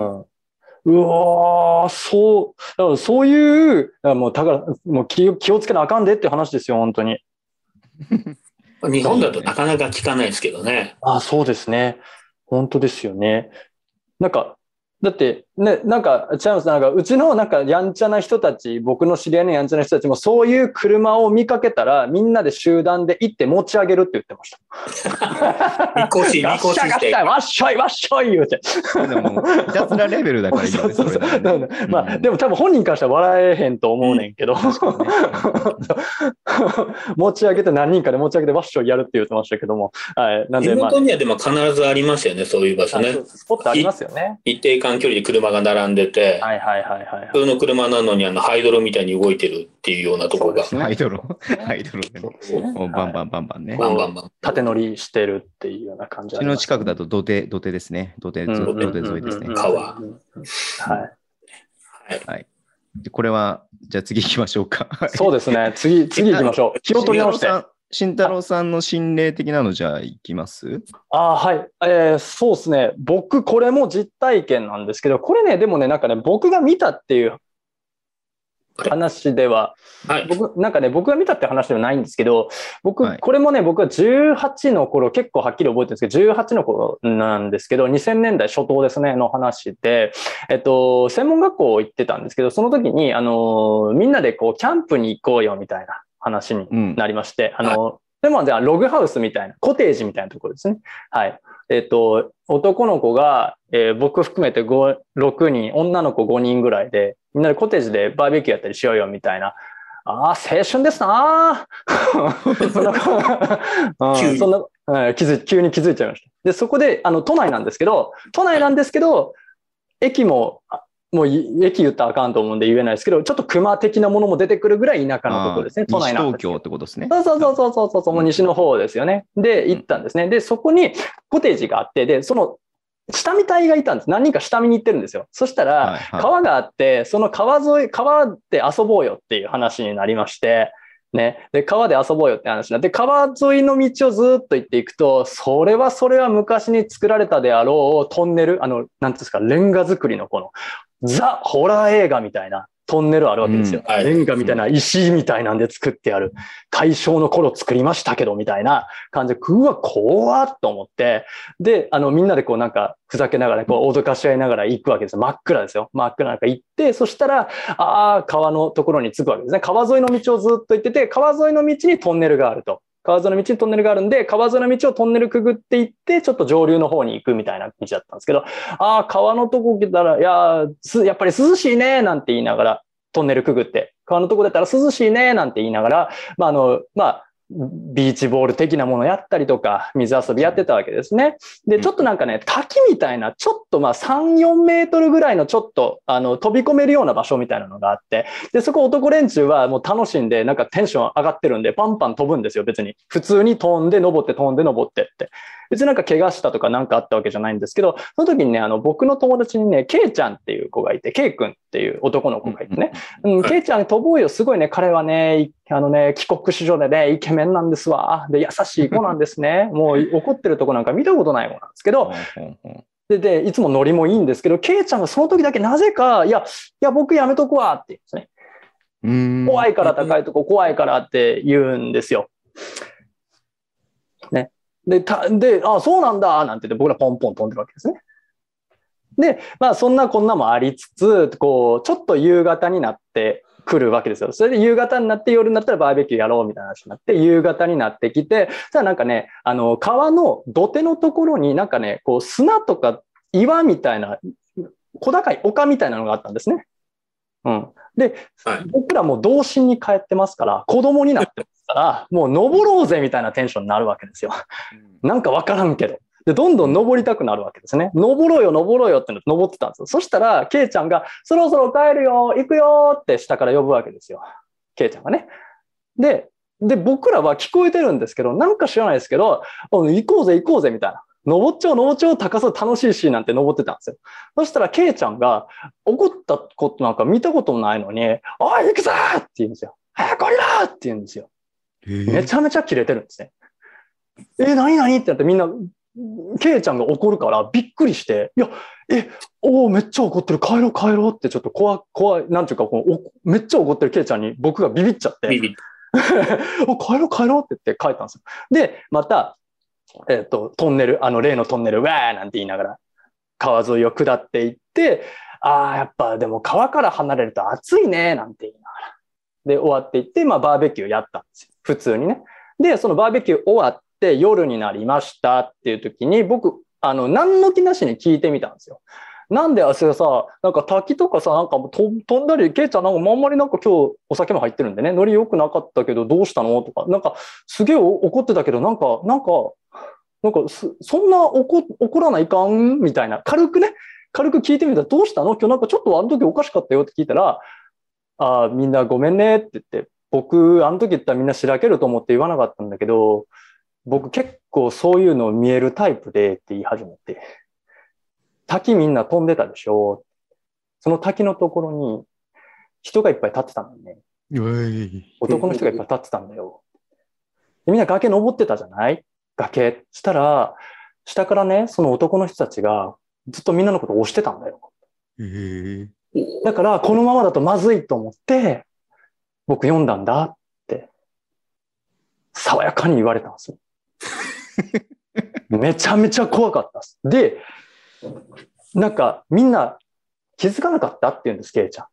うん、うわーそう、だからそういう、あもうだから、もう気を気をつけなあかんでっていう話ですよ、本当に。
日本だとなかなか聞かないですけどね。
ああ、そうですね。本当ですよね。なんか、だって、ね、なんか、チャンスなんか、うちのなんか、やんちゃな人たち、僕の知り合いのやんちゃな人たちも、そういう車を見かけたら、みんなで集団で行って持ち上げるって言ってました。
みこ し、み
ガッ
こ
シ
し
ャガ
し
ッシ
て。
ャ、わっしょい、わっしょい、言うて。
そうでも、ひたすらレベルだからいいよ
そうそう
ね、そ
そ
れ
う。
だ
なん
とね
だ まあ、
うん
でも多分本人からしたら笑えへんと思うねんけど、 持ち上げて何人かで持ち上げてわっしょいやるって言ってましたけども、はい。なん
地
で、まあ、
元にはでも必ずありますよね、そういう場所
あ
ね
そう。スポットありますよね。
一定間距離で車が並んでて、
はいはいはいはいはい。
普通の車なのにあのハイドロみたいに動いてるっていうようなところが、
そう
ハイド ロ、ハイドロでも、もうバンバ
ン。
ンバンバンね。
バ
う
ンバンバン。
縦乗りしてるっていうような感じ。
ちの近くだと土手、土手ですね。土手、
うん
土
うんうん
手沿いですね
うん。
川
うんは
でこれは、じゃあ次行きましょうか。
い。そうですね。次、次行きましょう。気を取り直して。あ
慎太郎さんの心霊的なのじゃあ行きます
あー、はい。えーそうですね。僕、これも実体験なんですけど、これね、でもね、なんかね、僕が見たっていう話では、
はい。
僕、なんかね、僕が見たって話ではないんですけど、僕、
はい
これもね、僕は18の頃、結構はっきり覚えてるんですけど、18の頃なんですけど、2000年代初頭ですね、の話で、えっと、専門学校行ってたんですけど、その時に、あの、みんなでこう、キャンプに行こうよ、みたいな話に
うん。
なりまして、あの、でも、じゃあ、ログハウスみたいな、コテージみたいなところですね。はい。えっと、男の子が、えー僕含めて5、6人、女の子5人ぐらいで、みんなでコテージでバーベキューやったりしようよみたいな、ああ、青春ですなー そんな こと、
急
うん、
に
そんな、うん気づい急に気づいちゃいました。で、そこで、あの、都内なんですけど、都内なんですけど、駅も、あもうい、駅言ったらあかんと思うんで言えないですけど、ちょっと熊的なものも出てくるぐらい田舎のところですね、
あー
都内
西
なんです
東
けど
京ってことですね。
そうそうそうそうそうそうそう、もう西の方ですよね。で、行ったんですね。で、そこにコテージがあって、で、その、下見隊がいたんです。何人か下見に行ってるんですよ。そしたら、
はいはい
川があって、その川沿い、川で遊ぼうよっていう話になりまして、ね。で、川で遊ぼうよって話になって、川沿いの道をずっと行っていくと、それはそれは昔に作られたであろうトンネル、あの、なんていうんですか、レンガ作りのこの、ザ・ホラー映画みたいなトンネルあるわけですよ。
うんはい
レンガみたいな石みたいなんで作ってある。大正の頃作りましたけど、みたいな感じで、うわ、怖っと思って、で、あの、みんなでこうなんか、ふざけながら、こう、脅かし合いながら行くわけですよ。真っ暗ですよ。真っ暗なんか行って、そしたら、ああ、川のところに着くわけですね。川沿いの道をずっと行ってて、川沿いの道にトンネルがあると。川沿いの道にトンネルがあるんで、川沿いの道をトンネルくぐっていって、ちょっと上流の方に行くみたいな道だったんですけど、ああ、川のとこ来たら、いやー、すやっぱり涼しいね、なんて言いながら、トンネルくぐって、川のとこだったら涼しいね、なんて言いながら、まあ、あの、まあ、ビーチボール的なものやったりとか、水遊びやってたわけですね。
う
で、
ん
ちょっとなんかね、滝みたいな、ちょっとまあ3、4メートルぐらいのちょっと、あの、飛び込めるような場所みたいなのがあって、で、そこ男連中はもう楽しんで、なんかテンション上がってるんで、パンパン飛ぶんですよ、別に。普通に飛んで、登って、飛んで、登ってって。別になんか怪我したとかなんかあったわけじゃないんですけど、その時にね、あの、僕の友達にね、ケイちゃんっていう子がいて、ケイ君っていう男の子がいてね、うん、ケイちゃん飛ぼうよ、すごいね、彼はね、いあのね、帰国子女でね、イケメンなんですわ。で、優しい子なんです ね。もう怒ってるとこなんか見たことない子なんですけど、
ほうほうほう
で、で、いつもノリもいいんですけど、ケイちゃんがその時だけなぜか、いや、いや、僕やめとくわって言うんですね。
うーん
怖いから高いとこ怖いからって言うんですよ。ね。で、たで、あ、そうなんだ、なんて言って僕らポンポン飛んでるわけですね。で、まあそんなこんなもありつつ、こう、ちょっと夕方になってくるわけですよ。それで夕方になって夜になったらバーベキューやろうみたいな話になって、夕方になってきて、じゃあなんかね、あの、川の土手のところになんかね、こう砂とか岩みたいな、小高い丘みたいなのがあったんですね。うん。で、
はい
僕らもう童心に帰ってますから、子供になってますから、もう登ろうぜみたいなテンションになるわけですよ。なんかわからんけど。で、どんどん登りたくなるわけですね。登ろうよ、登ろうよっての登ってたんですよ。そしたら、ケイちゃんが、そろそろ帰るよ、行くよって下から呼ぶわけですよ。ケイちゃんがね。で、で、僕らは聞こえてるんですけど、なんか知らないですけど、うん行こうぜ、行こうぜ、みたいな。登っちゃおう、登っちゃおう、高さ楽しいし、なんて登ってたんですよ。そしたら、ケイちゃんが、怒ったことなんか見たこともないのに、おい、行くぞーって言うんですよ。早く降りろーって言うんですよ。
へー
めちゃめちゃキレてるんですね。え、何何ってなってみんな、ケイちゃんが怒るからびっくりして、いや、え、おおめっちゃ怒ってる、帰ろう帰ろうってちょっと怖、怖い、なんていうかこうおめっちゃ怒ってるケイちゃんに僕がビビっちゃって、
ビビ
お帰ろう帰ろうって言って帰ったんですよ。で、また、えっ、と、トンネル、あの例のトンネル、わーなんて言いながら、川沿いを下っていって、ああ、やっぱでも川から離れると暑いね、なんて言いながら。で、終わっていって、まあバーベキューやったんですよ。普通にね。で、そのバーベキュー終わって夜になりましたっていう時に、僕、あの、何の気なしに聞いてみたんですよ。なんで、あそれさ、なんか滝とかさ、なんかもうと飛んだり、ケイちゃんなんかもあんまりなんか今日お酒も入ってるんでね、ノリ良くなかったけどどうしたのとか、なんかすげえお怒ってたけど、なんか、なんか、なんかすそんな怒怒らないかんみたいな、軽くね、軽く聞いてみたら、どうしたの今日なんかちょっとあの時おかしかったよって聞いたら、ああ、みんなごめんねって言って、僕、あの時言ったらみんなしらけると思って言わなかったんだけど、僕結構そういうの見えるタイプでって言い始めて、滝みんな飛んでたでしょその滝のところに人がいっぱい立ってたんだよね。
うえい
男の人がいっぱい立ってたんだよ。でみんな崖登ってたじゃない崖。したら、下からね、その男の人たちがずっとみんなのことを押してたんだよ。
へー
だから、このままだとまずいと思って、僕読んだんだって、爽やかに言われたんですよ。めちゃめちゃ怖かったです。で、なんか、みんな気づかなかったって言うんです、ケイちゃん。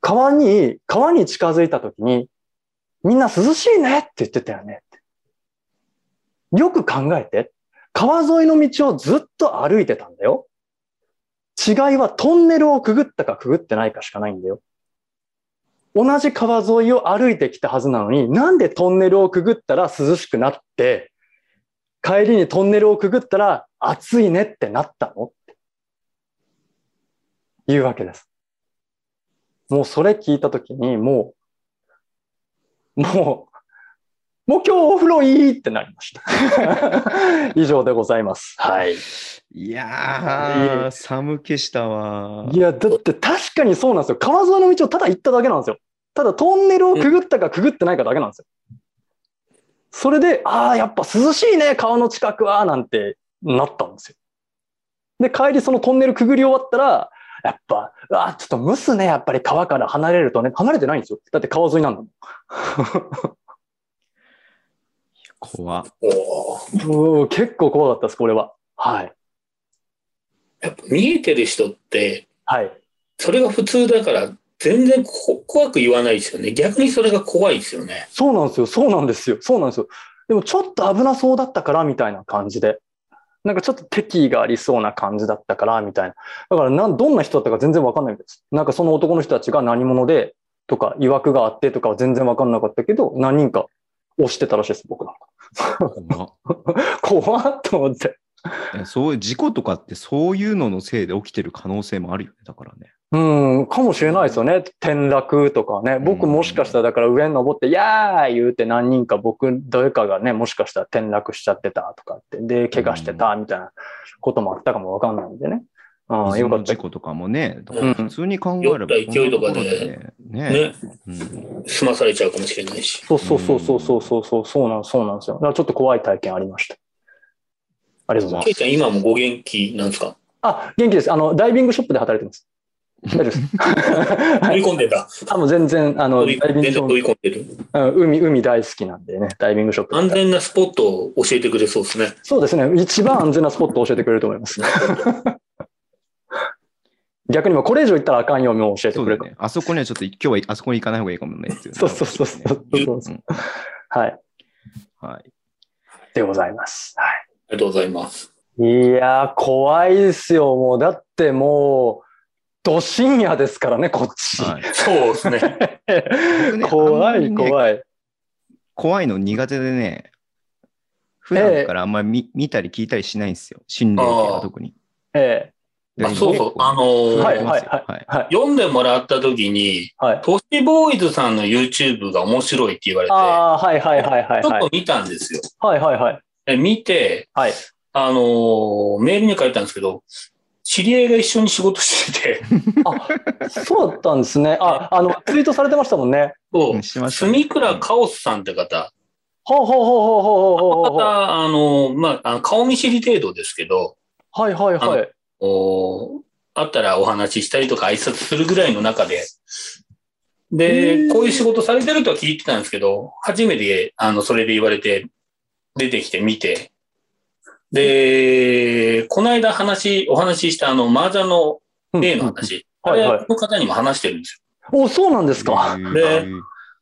川に、川に近づいた時に、みんな涼しいねって言ってたよねって。よく考えて、川沿いの道をずっと歩いてたんだよ。違いはトンネルをくぐったかくぐってないかしかないんだよ。同じ川沿いを歩いてきたはずなのに、なんでトンネルをくぐったら涼しくなって、帰りにトンネルをくぐったら暑いねってなったのっていうわけです。もうそれ聞いたときに、もう、もう、もう今日お風呂いいってなりました。 以上でございます。はい。
いや
い
ー、寒気したわー。
いや、だって確かにそうなんですよ。川沿いの道をただ行っただけなんですよ。ただトンネルをくぐったかくぐってないかだけなんですよ。それで、ああ、やっぱ涼しいね、川の近くは、なんてなったんですよ。で、帰りそのトンネルくぐり終わったら、やっぱ、うわあ、ちょっと蒸すね、やっぱり川から離れるとね、離れてないんですよ。だって川沿いなんだもん。
怖っ
おー
うー結構怖かったです、これは。はい。
やっぱ見えてる人って、
はい。
それが普通だから、全然こ怖く言わないですよね。逆にそれが怖いですよね。
そうなんですよ、そうなんですよ、そうなんですよ。でもちょっと危なそうだったからみたいな感じで。なんかちょっと敵意がありそうな感じだったからみたいな。だからなんどんな人だったか全然わかんないみたいです。なんかその男の人たちが何者でとか、曰くがあってとかは全然わかんなかったけど、何人か押してたらしいです、僕なんか。
怖っ
怖っと思って。
いやそういう事故とかってそういうののせいで起きてる可能性もあるよね、だからね。
うん、かもしれないですよね。転落とかね。僕もしかしたら、だから上に登って、やー言うて何人か僕、誰かがね、もしかしたら転落しちゃってたとかって、で、怪我してたみたいなこともあったかもわかんないんでね。うん、
水
よかっ
の
た
事。故とかもね、だか
う
ら
ん
普通に考えれば、
酔った勢いとかで
ね
ね。
うん
済まされちゃうかもしれないし。
そうそうそうそうそうそうそう、そうなん、そうなんですよ。だからちょっと怖い体験ありました。ありがとうございます。
ケイちゃん、今もご元気なんですか
あ、元気です。あの、ダイビングショップで働いてます。大丈夫です。は
飛び
い。
込んでた。
あ、もう全然、あの、
飛
ダイビング
び全然
ショ
飛
ップ、
び込んでる。
うん海、海大好きなんでね、ダイビングショップで働いてます
安全なスポットを教えてくれそうですね。
そうですね。一番安全なスポットを教えてくれると思い ます。逆にもうこれ以上行ったらあかんよ、もう教えて
そう
く
だ
れ
よ
る。
ね。あそこにはちょっと今日はあそこに行かない方がいいかもねっていね。
そうそうそうそうそうそう
うん
はい。
はい。
でございます。は
ありがとうございます。
い。いやー、怖いですよ。もう、だってもう、ど深夜ですからね、こっち。
はい
そうですね。
僕ね
怖
あんまり
い、
ね
怖い。
怖いの苦手でね、普段からあんまり見,、見たり聞いたりしないんですよ。心霊系は特に。
え
で
あそうそう。あのー
は
はいい
は
はいい
はいはい。
読んでもらった時に、
はい。
都市ボーイズさんの YouTube が面白いって言われて、
ああー、はいはいはいはい
ちょ
は
っ
い
と。見たんですよ。
はいはいはい。
で見て、
はい。
あのーメールに書いたんですけど、知り合いが一緒に仕事して て、
あ、そうだったんですね。あ、あの、ツイートされてましたもんね。
そう
うんしましたね
住倉カオスさんって方、
ほうほうほうほうほうほう
ま
ほうほう。
た、あのーまあ、あの顔見知り程度ですけど、
はいはいはい。
お会ったらお話ししたりとか挨拶するぐらいの中で、
へ
で、
ー
こういう仕事されてるとは聞いてたんですけど、初めて、あの、それで言われて、出てきて見て、で、この間話、お話ししたあの、麻雀の例の話、
うんうんはいはい
あれの方にも話してるんです
お、そうなんですか。
うん
でよ。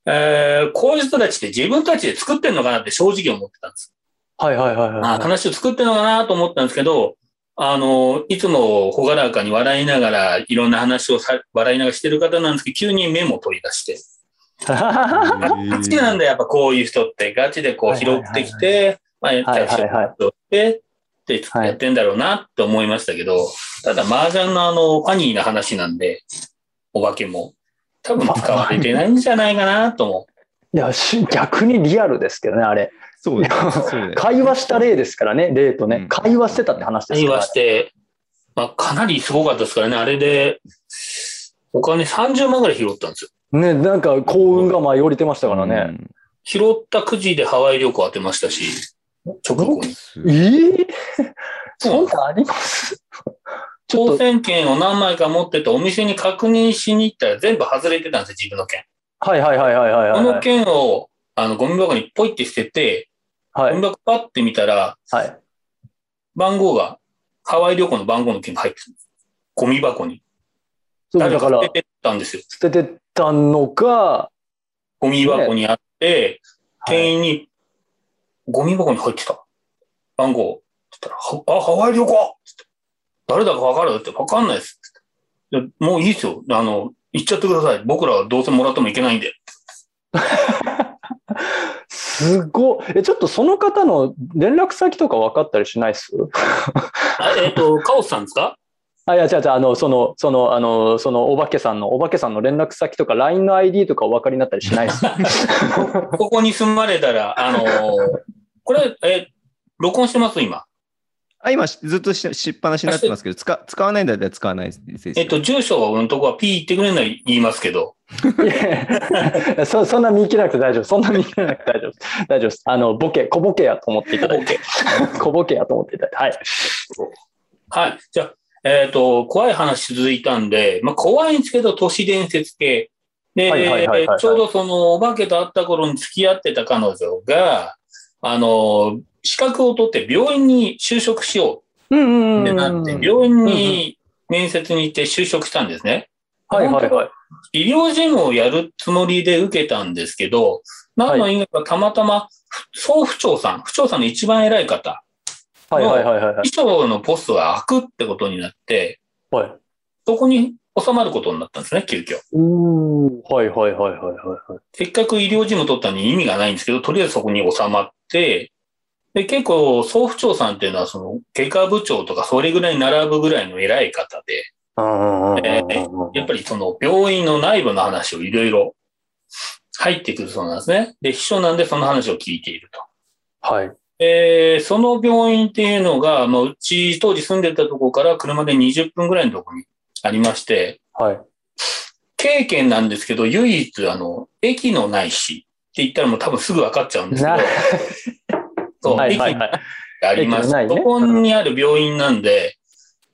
えーこういう人たちって自分たちで作ってんのかなって正直思ってたんです。
はいはいはいはい。
あ話を作ってるのかなと思ったんですけど、あの、いつも朗らかに笑いながら、いろんな話をさ笑いながらしてる方なんですけど、急に目も取り出して。
は
あ好きなんだ、やっぱこういう人って、ガチでこう拾ってきて、まあ、やっ
はい
ち
はいはい
ゃって、で、やってんだろうなって思いましたけど、ただ、麻雀のあの、ファニーな話なんで、お化けも、多分使われてないんじゃないかなと思
いやし逆にリアルですけどね、あれ。
そうだよそうだよ
会話した例ですからね、例とね、
うん
会話してたって話で
う。
す
会
から。
話して、まあ、かなりすごかったですからね、あれで、お金30万ぐらい拾ったんですよ。
ね、なんか幸運が舞い降りてましたから
う
ね。
ん
拾ったくじでハワイ旅行当てましたし、直後に。
す
え ー、そ
そ
ん
う
なんありますちょ
当
っと、
選券を何枚か持ってて、お店に確認しに行ったら全部外れてたんですよ、自分の券。
はいはいはいはいはい、
こ
は
の
い。
券を、あの、ゴミ箱にポイって捨てて、
は
ゴミ
い。
箱パッて見たら、
はい。
番号が、ハワイ旅行の番号の券が入ってたんです。ゴミ箱に。
そう
誰
だ
か
から
捨て、てったんですよ。
捨ててたのか、
ゴミ箱にあって、
はい
店員に、ゴミ箱に入ってた。番号。って言ったら、はあ、ハワイ旅行って言って誰だかわかるってわかんないです。って言ってでもういいですよ。あの、行っちゃってください。僕らはどうせもらってもいけないんで。
すごい。え、ちょっとその方の連絡先とか分かったりしないっす
あえっ、と、カオスさんですか
あ、いや、違う違う、あの、その、その、あの、その、お化けさんの、お化けさんの連絡先とか、LINE の ID とかお分かりになったりしない っす
ここに住まれたら、あのーこれ、え、録音してます今。
あ今し、ずっとししっぱなしになってますけど、使使わないんだったら使わないですよ。
えっと、住所のとこは P 言ってくれないら言いますけど、
いやいやそそ んな見切らなくて大丈夫。そんな見切らなくて大丈夫です。大丈夫です。あの、ボケ、小ボケやと思っていただ いて。小ボケやと思っていただいて。はい。
はい。じゃあ、えっ、と、怖い話続いたんで、まあ、怖いんですけど、都市伝説系。で、
はいはいはいはいはい
ちょうどその、お化けと会った頃に付き合ってた彼女が、あの、資格を取って病院に就職しよ
うんうんう
うっ
ん
て
うん。
なって、病院に面接に行って就職したんですね。
はいはいはい。
医療事務をやるつもりで受けたんですけど、何の因果かたまたま、総府長さん、府長さんの一番偉い方、
はいはいはいはいはい。
秘書のポストが開くってことになって、
はい。
そこに収まることになったんですね、急遽。
うん。はいはいはいはいはい。
せっかく医療事務取ったのに意味がないんですけど、とりあえずそこに収まって、で、結構、総府長さんっていうのは、その、外科部長とか、それぐらいに並ぶぐらいの偉い方で、
うんうんうんうんうん
やっぱりその、病院の内部の話をいろいろ入ってくるそうなんですね。で、秘書なんでその話を聞いていると。
はい。
えその病院っていうのが、まあ、うち当時住んでたところから車で20分ぐらいのところにありまして、
はい。
経験なんですけど、唯一、あの、駅のない市って言ったらもう多分すぐ分かっちゃうんですけど
な、
そ う、
はいはい
駅
はい。
がありま
駅
す。
のない
そ
ね
こにある病院なんで、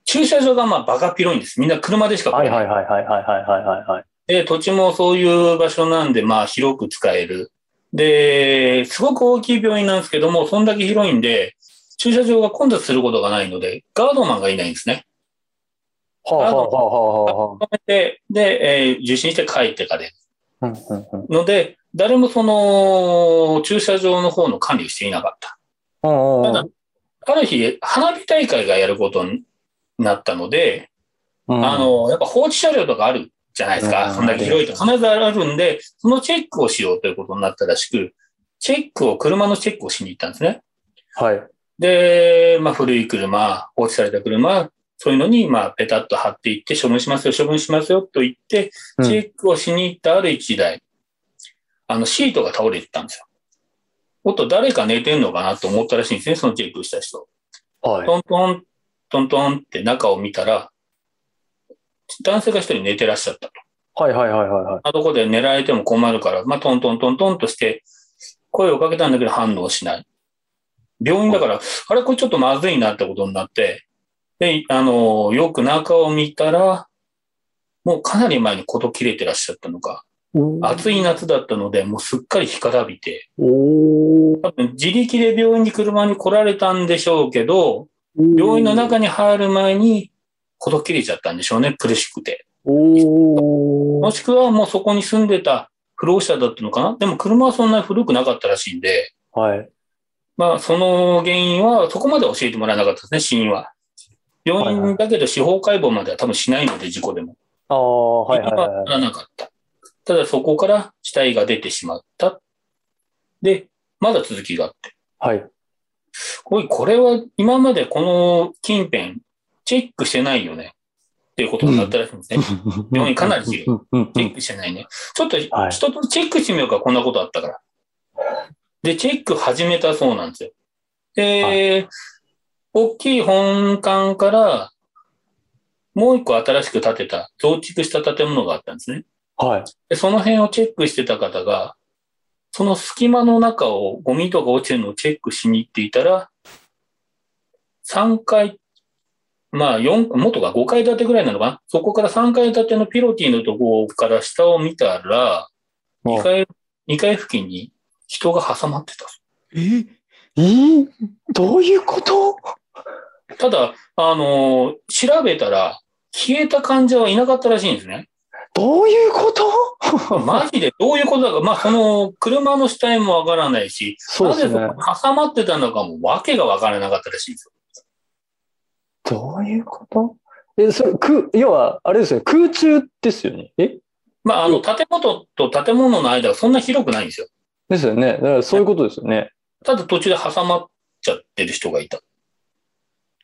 駐車場がまあバカ広いんです。みんな車でしか来
は
ないい。
はいはいはいはいはいはいはい。
で、土地もそういう場所なんで、まあ広く使える。で、すごく大きい病院なんですけども、そんだけ広いんで、駐車場が混雑することがないので、ガードマンがいないんですね。
はあはあはあはあは
で、で、えー受診して帰ってかれる。
あ。うんうんうん
ので、誰もその、駐車場の方の管理をしていなかった。
うんうんうん
ただある日、花火大会がやることになったので、
うん
あの、やっぱ放置車両とかあるじゃないです
う
か。
ん
そんだけ広いと必ずあるんで、そのチェックをしようということになったらしく、チェックを、車のチェックをしに行ったんですね。
はい。
で、まあ古い車、放置された車、そういうのに、まあペタッと貼っていって、処分しますよ、処分しますよと言って、
うん
チェックをしに行ったある一台、あのシートが倒れてたんですよ。おっと、誰か寝てんのかなと思ったらしいんですね、そのチェックした人。
はい。
トントン、トントンって中を見たら、男性が一人寝てらっしゃったと。
はいはいはいはいはい。
あとこで寝られても困るから、まあ、トントントントンとして、声をかけたんだけど反応しない。病院だから、あれこれちょっとまずいなってことになって、で、あの、よく中を見たら、もうかなり前にこと切れてらっしゃったのか、暑い夏だったので、もうすっかり干からびて、
おー
多分自力で病院に車に来られたんでしょうけど、病院の中に入る前に、ほど切れちゃったんでしょうね、苦しくて。
お
も
ー
しくはもうそこに住んでた不老者だったのかなでも車はそんなに古くなかったらしいんで、
はい。
まあその原因はそこまでは教えてもらえなかったですね、死因は。病
はいは
院だけど司法解剖までは多分しないので、事故でも。
ああ、はいはいはい
死因は
はい。
ならなかった。ただそこから死体が出てしまった。で、まだ続きがあって。
はい。
おい、これは今までこの近辺、チェックしてないよね。っていうことになったらしいんですね。病院かなり広い
うんうんう
チェ
ん
ックしてないね。ちょっと
はい
一つチェックしてみようか、こんなことあったから。で、チェック始めたそうなんですよ。
は
で、大きい本館から、もう一個新しく建てた、増築した建物があったんですね。
はい。
で、その辺をチェックしてた方が、その隙間の中をゴミとか落ちてるのをチェックしに行っていたら、3階、まあ4、元が5階建てぐらいなのかなそこから3階建てのピロティのところから下を見たら、2階、二階付近に人が挟まってた。
え
えーどういうこと
ただ、あのー調べたら、消えた患者はいなかったらしいんですね。
どういうこと
マジでどういうことだか、まあ、その、車の死体もわからないし、
そうです
な
ね
ぜ。そこに挟まってたのかもわけが分からなかったらしいんですよ。
どういうことえ、それ、く、要は、あれですよね。空中ですよね。え
まあ、あの、建物と建物の間はそんな広くないんですよ。
ですよね。だからそういうことですよね。
ただ途中で挟まっちゃってる人がいた。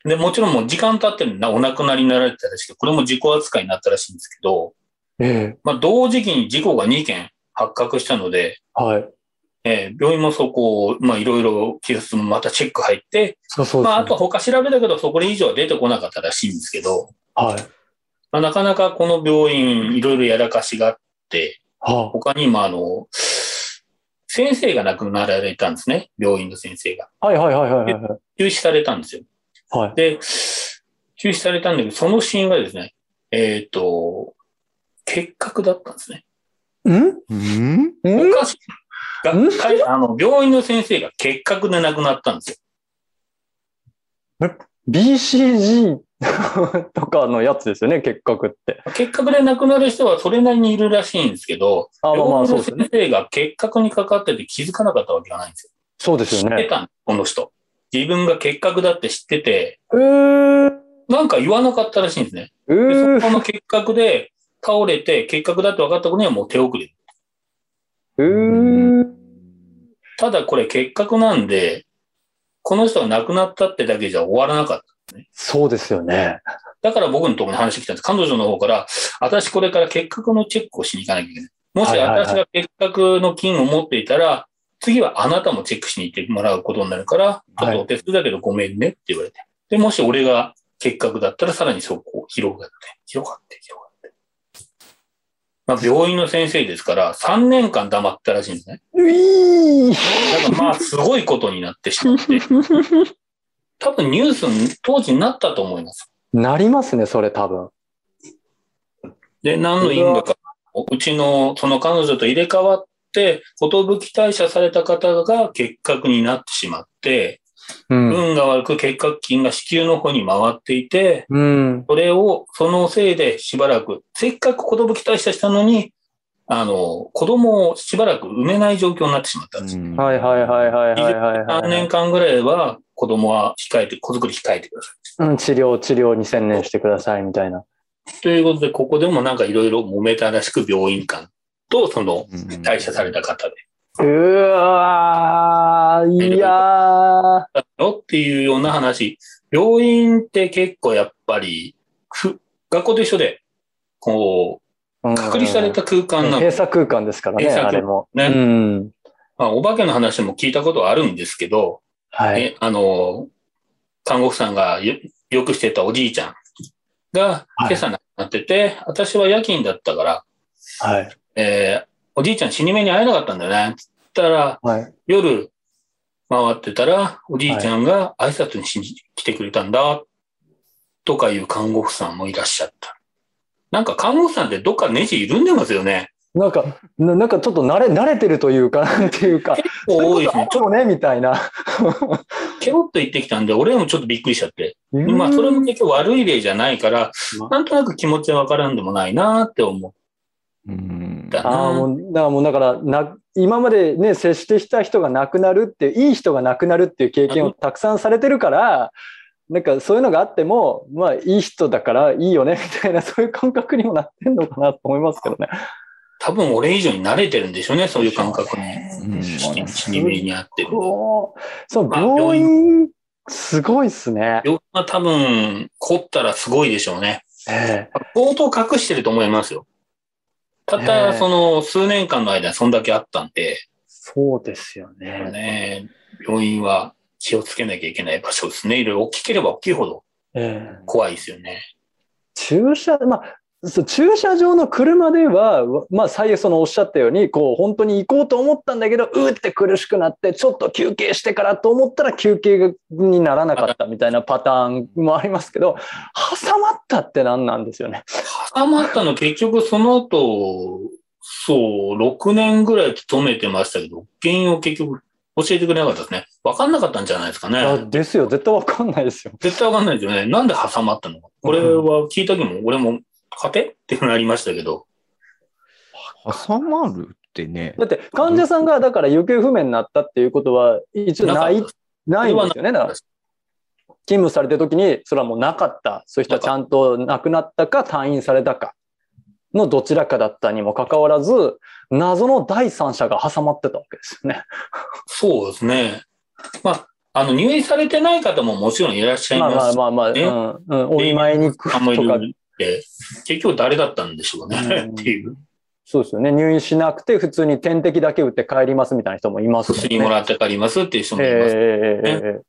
で、もちろんもう時間経ってるんでなお亡くなりになられてたらしくて、これも事故扱いになったらしいんですけど、
ええ
まあ、同時期に事故が2件発覚したので、
はい。
えー病院もそこを、まあ、いろいろ警察もまたチェック入って、
そうそうですね
まあ、あとは他調べたけど、そこ以上は出てこなかったらしいんですけど、
はい。
まあ、なかなかこの病院、いろいろやらかしがあって、
は
他にもあの、先生が亡くなられたんですね、病院の先生が。
あ、はいはいはいはいはい。
中止されたんですよ。
はい。
で、中止されたんだけど、その死因がですね、えっ、と、結核だったんですね。
うん
うん
う
お
ん
かしい。学会、あの、病院の先生が結核で亡くなったんですよ。
?BCG とかのやつですよね、結核って。
結核で亡くなる人はそれなりにいるらしいんですけど、
あ、まあまあ、
病院
そうで
の
すよね。
先生が結核にかかってて気づかなかったわけがないんですよ。
そうですよ
知って
ね。
たんこの人。自分が結核だって知ってて、
えー、
なんか言わなかったらしいんですね。
え
で
ー、
そこの結核で倒れて、結核だって分かった子にはもう手遅れ。
えー、
ただこれ結核なんで、この人が亡くなったってだけじゃ終わらなかった。
そうですよね。
だから僕のところに話してきたんです。彼女の方から、私これから結核のチェックをしに行かなきゃいけない。もし
はいはいはい
私が結核の菌を持っていたら、次はあなたもチェックしに行ってもらうことになるから、ちょっとお手数だけどごめんねって言われて。で、もし俺が結核だったらさらにそこ広がって、広がって、広がって。まあ、病院の先生ですから、3年間黙ったらしいんですね。
ういー
だからまあ、すごいことになってし まって。多分ニュースに当時になったと思います。
なりますね、それ多分。
で、何の因果か、うちのその彼女と入れ替わって、寿退社された方が結核になってしまって、
うん。
運が悪く結核菌が子宮の方に回っていて、
うん。
それを、そのせいでしばらく、せっかく寿退社したのに、あの、子供をしばらく産めない状況になってしまったんです。
はいはいはいはいはいはい、
3
は
年
い。
間ぐらいは子供は控えて、子作り控えてください。
うん、治療、治療に専念してくださいみたいな。
ということで、ここでもなんかいろいろ揉めたらしく、病院間と、その、
うん
退社された方で、
うわー、いやー。
よっていうような話。病院って結構やっぱり、ふ学校と一緒で、こ
うん
う、隔離された空間なの。
閉鎖空間ですからね、
閉鎖
あ
空間
れも。
ね
うん。
まあ、お化けの話も聞いたことはあるんですけど、
はい。
えあの、看護婦さんがよよくしてたおじいちゃんが
はい
今朝亡くなってて、私は夜勤だったから、
はい。
えーおじいちゃん死に目に会えなかったんだよね。つったら、
はい。
夜回ってたら、おじいちゃんが挨拶にしに来てくれたんだ、とかいう看護婦さんもいらっしゃった。なんか看護婦さんってどっかネジ緩んでますよね。
なんか、ななんかちょっと慣れ、慣れてるというか、なんていうか、
多いですね。ち
ち
ょっ
ょっとね、みたいな。
とケロッと行ってきたんで、俺もちょっとびっくりしちゃって。まあ、それも結局悪い例じゃないから
ま、
なんとなく気持ちはわからんでもないなって思っ
うん
た
ああ、
な。
もう、だからもうだからな、今までね、接してきた人が亡くなるって、いい人が亡くなるっていう経験をたくさんされてるから、なんかそういうのがあっても、まあいい人だからいいよね、みたいな、そういう感覚にもなってんのかなと思いますけどね。
多分俺以上に慣れてるんでしょうね、そういう感覚
う
に。
ん
死死に目にあってる。
こうそう、
まあ
病院、すごいっすね。
病気は多分凝ったらすごいでしょうね。
ええ
相当隠してると思いますよ。たっ
え
た
え
その数年間の間にそんだけあったんで、
そうですよね。
ね、病院は気をつけなきゃいけない場所ですね。いろいろ大きければ大きいほど
ええ
怖いですよね。
駐車、まあ、そう駐車場の車では、わまあ、最悪そのおっしゃったように、こう、本当に行こうと思ったんだけど、うーって苦しくなって、ちょっと休憩してからと思ったら休憩にならなかったみたいなパターンもありますけど、挟まったって何なんですよね。
挟まったの結局その後、そう、6年ぐらい勤めてましたけど、原因を結局教えてくれなかったですね。わかんなかったんじゃないですか
あ
ね。
ですよ、絶対わかんないですよ。
絶対わかんないですよね。なんで挟まったのか。これは聞いた時も、俺も、勝てってなりましたけど。
挟まるってね。
だって、患者さんがだから行方不明になったっていうことは、一応ない
なかっ
ないんですよね。だから
た
勤務されてる時に、それはもうなかった。そういう人はちゃんと亡くなったか、退院されたか。のどちらかだったにもかかわらず、謎の第三者が挟まってたわけですよね。
そうですね。まあ、あの、入院されてない方ももちろんいらっしゃい
まあま
ま
あ
す。
まあまあ、
ね
うん、うん、お見舞いに行く
あんまり
とか、
って、結局誰だったんでしょうね、
うん
っていう。
そうですよね。入院しなくて、普通に点滴だけ打って帰りますみたいな人もいますもんね。
薬もらって帰りますっていう人もいます。
ええええええ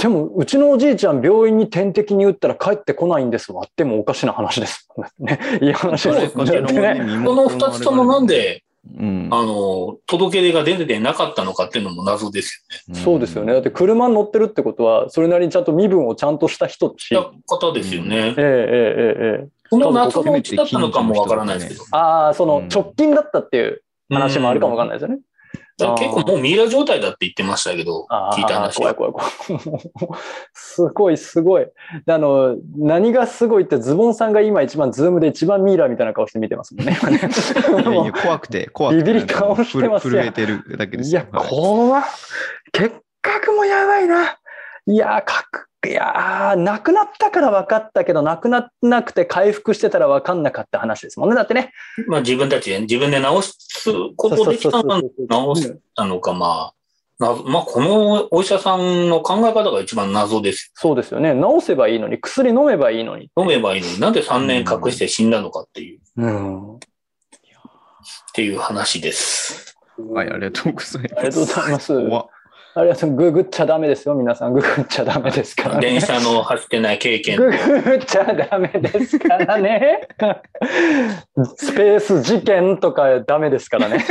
でも、うちのおじいちゃん、病院に点滴に打ったら帰ってこないんですわってもおかしな話ですもんね。 いい話
そう
で
ですす
よ
ね
ね。
この二つともなん、で、
うん
あの、届け出が出てなかったのかっていうのも謎です
そうですよね。だって車に乗ってるってことは、それなりにちゃんと身分をちゃんとした人だし。え
よね。方ですよ
え
ね。
えええええ
この夏のうちだったのかもわからないですけど。
ああ、その
うん
直近だったっていう話もあるかもわかん
い。
ないですよね。
だから結構もうミイラ状態だって言ってましたけど、
あ
聞いた
あ、
話
怖い
は。
怖い怖い。すごいすごい。あの、何がすごいってズボンさんが今一番ズームで一番ミイラみたいな顔して見てますもんね。今ね
いやいや怖くて、怖くて。
ビビり倒してますよ
震えてるだけです
い
よ。
や、
はい
怖っ結核もやばいな。いやー、核、いやー、なくなったから分かったけど、なくなってなくて回復してたら分かんなかった話ですもんね。だってね。
まあ自分たちで、自分で直すことできたの直したのか、まあ、なまあこのお医者さんの考え方が一番謎です。
そうですよね。治せばいいのに、薬飲めばいいのに。
飲めばいいのになんで3年隠して死んだのかっていう、っ
うん。
ていう話です。
はい、ありがとうございます。
ありがとうございます
怖っ
ありがとう。ググっちゃダメですよ、皆さん。ググっちゃダメですから、ね。
電車の走ってない経 験。
ググっちゃダメですからね。スペース事件とかダメですからね。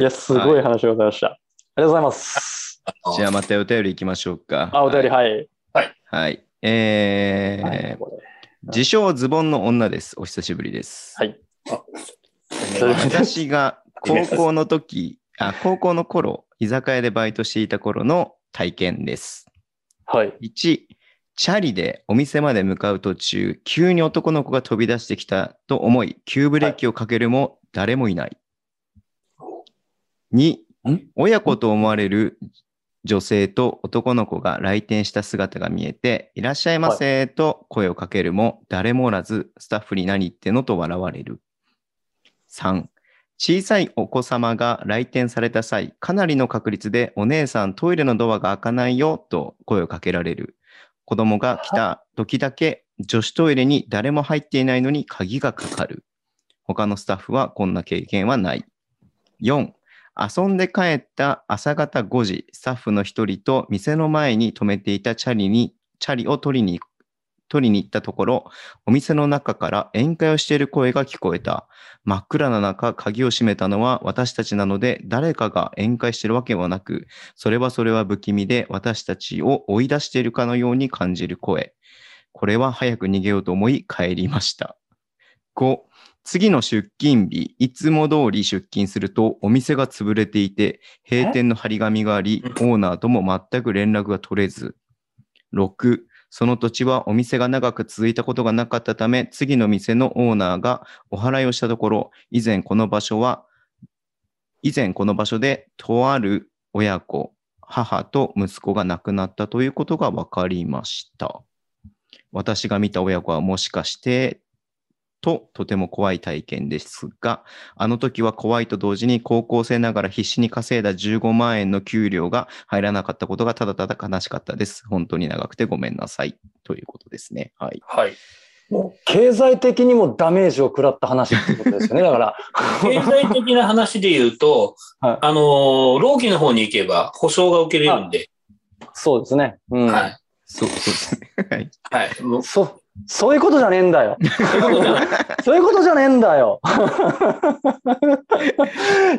いや、すごい話でございました。ありがとうございます。
じゃあまたお便り行きましょうか。
あ、お便り、はい。
はい。えー自称ズボンの女です。お久しぶりです。
はい。
お願いします
私が高校の時、あ、高校の頃、居酒屋でバイトしていた頃の体験です。
はい。
1、チャリでお店まで向かう途中、急に男の子が飛び出してきたと思い、急ブレーキをかけるも誰もいない。2
ん、
親子と思われる女性と男の子が来店した姿が見えて、いらっしゃいませと声をかけるも誰もおらず、スタッフに何言ってんのと笑われる。3、小さいお子様が来店された際、かなりの確率でお姉さんトイレのドアが開かないよと声をかけられる。子供が来た時だけ女子トイレに誰も入っていないのに鍵がかかる。他のスタッフはこんな経験はない。4、遊んで帰った朝方5時、スタッフの一人と店の前に止めていたチャリに、チャリを取りに、取りに行ったところ、お店の中から宴会をしている声が聞こえた。真っ暗な中、鍵を閉めたのは私たちなので、誰かが宴会してるわけはなく、それはそれは不気味で、私たちを追い出しているかのように感じる声。これは早く逃げようと思い帰りました。5、次の出勤日、いつも通り出勤するとお店が潰れていて、閉店の張り紙があり、オーナーとも全く連絡が取れず。6、その土地はお店が長く続いたことがなかったため、次の店のオーナーがお祓いをしたところ、以前この場所は、以前この場所でとある親子、母と息子が亡くなったということが分かりました。私が見た親子はもしかしてととても怖い体験ですが、あの時は怖いと同時に高校生ながら必死に稼いだ15万円の給料が入らなかったことがただただ悲しかったです。本当に長くてごめんなさい。ということですね。はい。
はい。
もう経済的にもダメージを食らった話ってことですよね。だから、、
経済的な話で言うと
はい
あのー、労基の方に行けば保証が受けれるんで、
そうですね。うん。
はい。
そうそうですね。はい。
はい。もう
そ、そういうことじゃねえんだよ。
そういうことじゃ ない
そういうことじゃねえんだよ。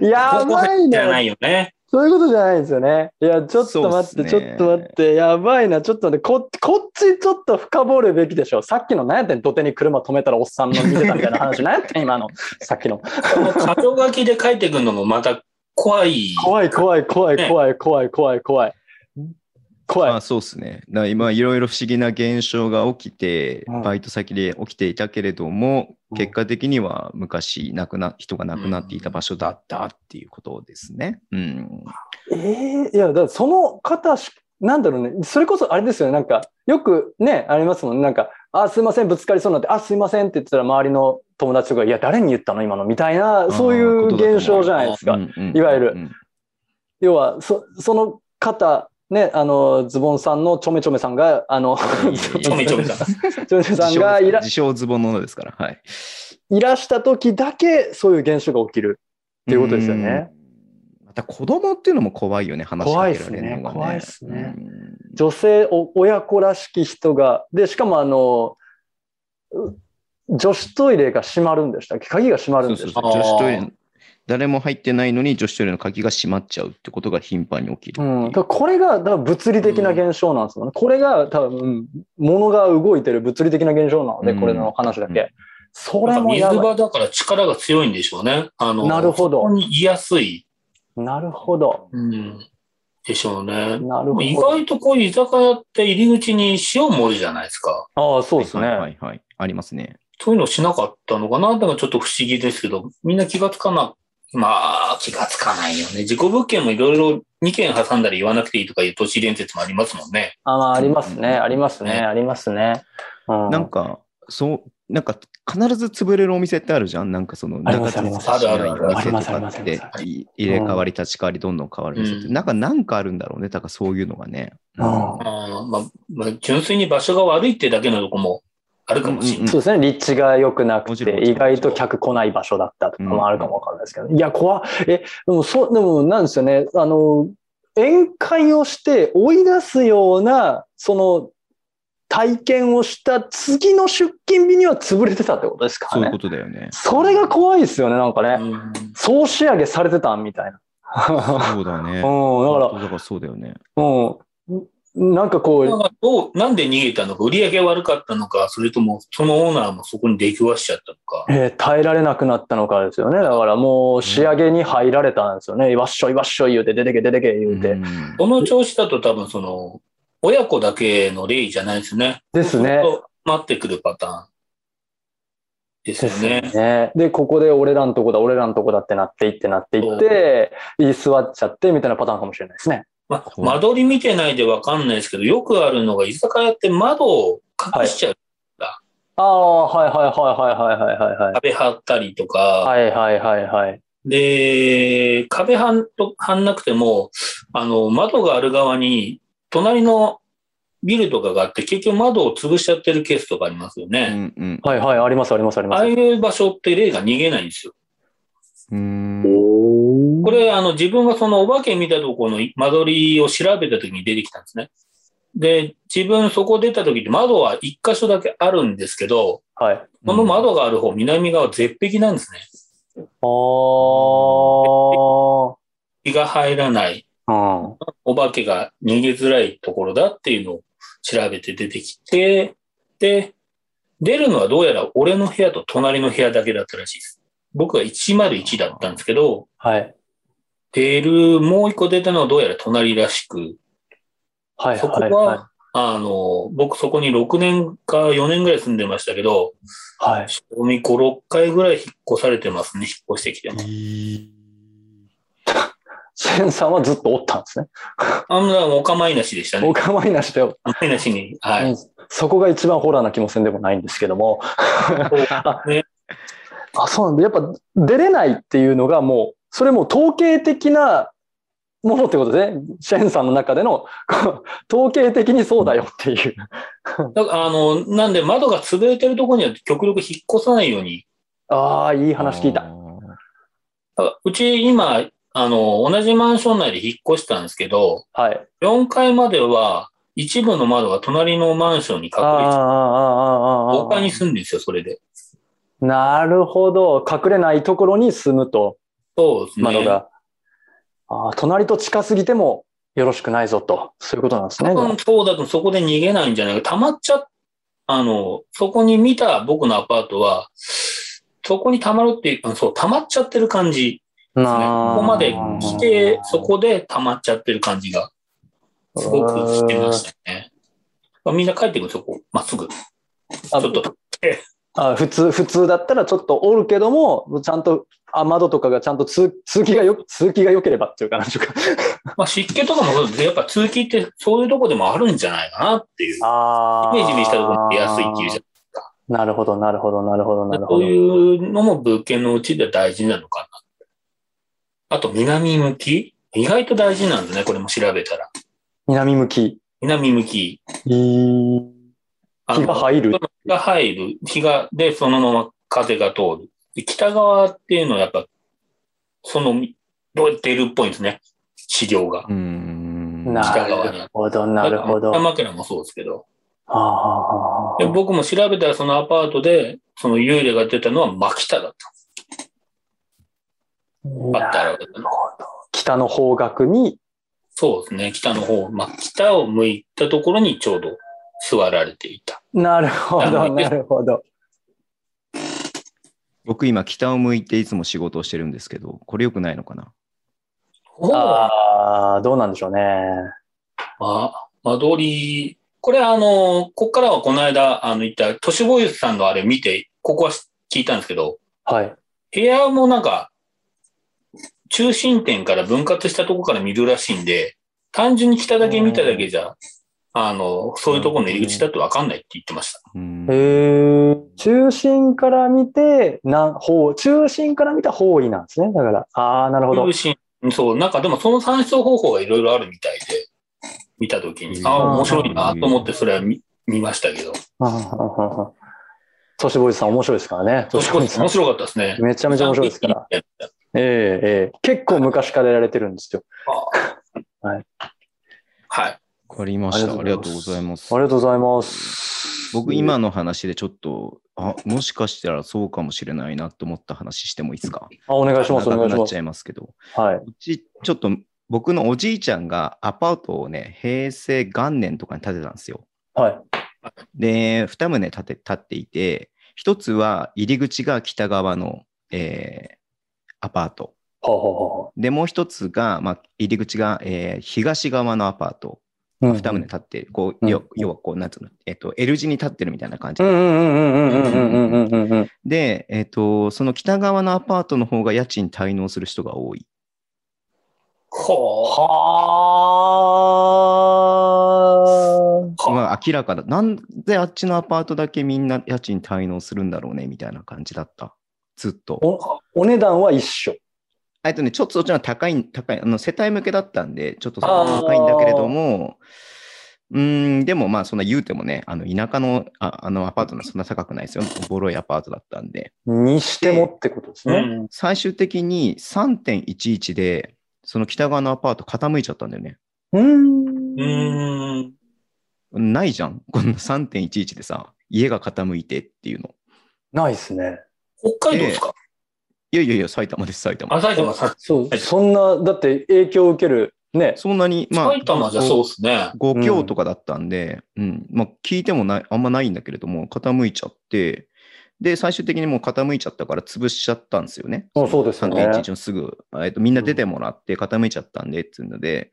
や
高校
ばい
生じゃ
ね
な。いよね。
そういうことじゃないんですよね。いや、ちょっと待って、ち
そうっすね
ょっと待って、やばいな、ちょっとね、ここっちちょっと深掘るべきでしょ。さっきの何やってん、土手に車止めたらおっさんの見てたみたいな話、何やってん、今の、さっきの。
この箇条書きで書いてくるのもまた怖い。
怖い、怖い、怖い、
ね
怖い、怖い、怖い、怖い。怖
あ
い。
そうですね。だから今、いろいろ不思議な現象が起きて
うん、
バイト先で起きていたけれども、
うん
結果的には昔亡くな、人が亡くなっていた場所だったっていうことですね。うん。
ええいや、だからその方し、なんだろうね、それこそあれですよね、なんか、よくね、ありますもんね、なんか、あ、すいません、ぶつかりそうになって、あ、すいませんって言ってたら、周りの友達とか、いや、誰に言ったの今のみたいな、そういう現象じゃないですか。いわゆる要は、そその方、ね、あの、ズボンさんのちょめちょめさんが、あの、
ちょめちょめ さ ん。
ちょめちょめさんが いら
自称ズボンのですから。はい。
いらした時だけ、そういう現象が起きるっていうことですよね。
うん。また子供っていうのも怖いよね、話しかけられるのがね。
怖いっすね怖いっすね
うん
女性お、親子らしき人が、で、しかもあの、う女子トイレが閉まるんでしたっけ鍵が閉まるん
そ
で
う
した
そ
っ
う
け
そう女
あー
子トイレの誰も入ってないのに女子トイレの鍵が閉まっちゃうってことが頻繁に起きるって
う
い
ん、だからこれがだから物理的な現象なんですもんね。これが多分、物が動いてる物理的な現象なので、
うん
これの話だけ。
うん
そ
な
れ
んか
も
水
やばい。
場だから力が強いんでしょうね。あの、
なるほど
そこに居やすい。
なるほど。
うん。でしょうね。
なるほ
意
ど。
外とこういう居酒屋って入り口に塩盛るじゃないですか。
ああ、そうです
はいは
ね。
いはい。ありますね。
そういうのしなかったのかなだからちょっと不思議ですけど、みんな気がつかな、まあ、気がつかないよね。自己物件もいろいろ2件挟んだり言わなくていいとかいう都市伝説もありますもんね。
あまあ、ありますね。
うん
ありますね。
ね
ありますね。うん
なんか、そう、なんか必ず潰れるお店ってあるじゃんなんかその、
あります
中
あ
継ぎ
りますあるあるある
しない店
あり
とか
ます
っ
あり
て
ますありま
い入れ替わり立ち替わりどんどん変わる店って、
うん
なんかなんかあるんだろうね。だからそういうのがね。
うん
あーまあ、まあ、純粋に場所が悪いってだけのとこもあるかもしれない。
そうですね。立地が良くな
も
く
ちろんも
て、
ちろん
意外と客来ない場所だったとかもあるかもわかんないですけど、いや、怖っえ、でも、そう、でも、なんですよね。あの、宴会をして追い出すような、その、体験をした次の出勤日には潰れてたってことですか
そういう
ね
こ。とだよね。
それが怖いですよね、なんかね。
うん
総仕上げされてたみたいな。
そうだ
う
ね。
ん、だ
本
か
当だからそうだよね。
ら、うん、なんかこう、
だからどうなんで逃げたのか、売り上げ悪かったのか、それともそのオーナーもそこに出くわしちゃったのか。
えー耐えられなくなったのかですよね。だからもう仕上げに入られたんですよね。いわっしょいわっしょい言うて、出てけ出てけ言うて。
うん
この調子だと多分その、親子だけの例じゃないですね。
ですね
ずっと待ってくるパターンですよね。
ねで、ここで俺らのとこだ、俺らのとこだってなっていってなっていって、居座っちゃってみたいなパターンかもしれないですね。
まあ、
こう
間取り見てないでわかんないですけど、よくあるのが居酒屋って窓を隠しちゃう。
ああ、はいはいはいはいはいはいはい。
壁張ったりとか、
はいはいはいはい。
で、壁張んと張んなくても、あの、窓がある側に、隣のビルとかがあって、結局窓を潰しちゃってるケースとかありますよ
う
ね。
んうん
はいはい、ありますありますありま
あ
す。
あいう場所って霊が逃げないんですよ。
うん。
こ
これ、あの、自分がそのお化け見たところの間取りを調べた時に出てきたんですね。で、自分そこ出た時って窓は一箇所だけあるんですけど、
はい。あ
この窓がある方、南側絶壁なんですね。
あ
日が入らない、
ー。うん。
お化けが逃げづらいところだっていうのを調べて出てきて、で、出るのはどうやら俺の部屋と隣の部屋だけだったらしいです。僕が101だったんですけど、
はい。
出る、もう一個出たのはどうやら隣らしく、
はい
そこ
はいはい
は、あの、僕そこに6年か4年ぐらい住んでましたけど、
はい。
仕込み5、6回ぐらい引っ越されてますね、引っ越してきてね。
センさんはずっとおったんですね。
あんなお構いなしでしたね。
お
お
構いなしだよ。
構いなしに。 は
うんそこが一番ホラーな気もせんでもないんですけども。
い。ね、
あ、そうなんだ。やっぱ出れないっていうのがもう、それもう統計的なものってことですね。シェンさんの中での、 こう統計的にそうだよっていう。
だから、あの、なんで窓が潰れてるところには極力引っ越さないように。
ああ、いい話聞いた。
だからうち今、あの、同じマンション内で引っ越したんですけど、
はい。
4階までは一部の窓が隣のマンションに
あ
隠
あ、あ
れて、
あ、ああ、
5
あ
階に住んでるんですよ、それで。
あ。なるほど。隠れないところに住むと、
そうですね。
窓が。ああ、隣と近すぎてもよろしくないぞと。そういうことなんですね。
多分そうだとそこで逃げないんじゃないか。溜まっちゃっ、あの、そこに見た僕のアパートは、そこに溜まるっていうあ、そう、溜まっちゃってる感じですね。ここまで来て、そこで溜まっちゃってる感じが、すごくしてましたね。まあみんな帰ってくるんですよ、こう、まっすぐ。ちょ
あ
っと、
あ普通、普通だったらちょっとおるけども、ちゃんと、あ窓とかがちゃんと通通気がよ、通気が良ければっていうかなんていうか、
まあ、湿気とかもそうですけどやっぱ通気ってそういうとこでもあるんじゃないかなっていう。
あ
イメージにしたところに安いっていうじゃん。
ゃん。なるほど、なるほど、なるほど、なるほ
そう
ど。
いうのも物件のうちでは大事なのかな。あと、南向き意外と大事なんですね、これも調べたら。
南向き。
南向き。
日
あの
が入る。
日が入る。日が、で、そのまま風が通る。で北側っていうのはやっぱ、その、どうやっているっぽいんですね、市場が。
うーん。
な
北側に
るほど、なるほど。
だから
は
北枕もそうですけど。
あはあは
で僕も調べたらそのアパートで、その幽霊が出たのは真北だった。
あ
バッタ
な
ーが
る
出たのは
ほど北の方角に、
そうですね、北の方、まあ、北を向いたところにちょうど座られていた。
なるほ
あ
ど、
の
なるほど。
僕今北を向いていつも仕事をしてるんですけど、これ良くないのかな
あ
ああ、どうなんでしょうね。
あ、間取り、これあの、ここからはこの間、あの、言った、都市ボーイズさんのあれ見て、ここは聞いたんですけど、
はい。
部屋もなんか、中心点から分割したとこから見るらしいんで、単純に北だけ見ただけじゃ、あの、そういうところの入り口だとわかんないって言ってました。
うーん
へえ。中心から見て、な、方、中心から見た方位なんですね。だから、ああ、なるほど
中。心そう、なんかでもその算出方法がいろいろあるみたいで、見たときに、ああ、面白いなと思って、それは見見ましたけど、
うんうんうんうんトシボーイズさん面白いですからね。
年越し
さん
面。白かったですね。
めちゃめちゃ面白いですから。ええええ結構昔からやられてるんですよ。
はい。
わかりました。あ
あ
り
り
が
がと
と
う
うご
ご
ざ
ざ
い
い
ます
あり。がとうございます。
僕今の話でちょっと、あ、もしかしたらそうかもしれないなと思った話してもいいですか
あ、お願いします、お願
長
い
く
し
なっ
ま
ち
す
ゃ。いますけど。
はい。
うち、ちょっと僕のおじいちゃんがアパートをね、平成元年とかに建てたんですよ。
はい。
で、2棟建て建っていて、1つは入り口が北側の、えーアパート。
ほうほうほ
で、もう1つが、まあ、入り口が、えー東側のアパート。
う。
2棟建ってる、こ
う
うんよ要はこう、なんつうの、えっ、と、L 字に立ってるみたいな感じ
うんうんうんうんうんうんうんうんうんうん。
で、えっ、と、その北側のアパートの方が家賃滞納する人が多い。
ほ
はあ。
は
まあ、明らかだ。なんであっちのアパートだけみんな家賃滞納するんだろうね、みたいな感じだった。ずっと。
おお値段は一緒。
えっとね、ちょっとそっちの方が高い、高い、あの世帯向けだったんで、ちょっとそこ
あ
が
ー
高いんだけれども、うーん、でもまあ、そんな言うてもね、あの田舎のああのアパートのそんな高くないですよ。ボロいアパートだったんで。
にしてもってことです
う。う
ね。
ん。
最終的に3.11で、その北側のアパート傾いちゃったんだよね。
うん。
うーん。
ないじゃん。 こんな3.11でさ、家が傾いてっていうの。
ないですね。
北海道ですか
いやいやいや、埼玉です、埼玉。
あ、埼玉さん。
そう、
はい
そんな、だって影響を受ける、ね。
そんなに、まあ、
埼玉じゃそうですね。
5強とかだったんで、うん、まあ聞いてもない、あんまないんだけれども、傾いちゃって、で、最終的にもう傾いちゃったから潰しちゃったんですよね。
うんそうですよね
3.11のすぐ、えっと、みんな出てもらって傾いちゃったんでっていうので、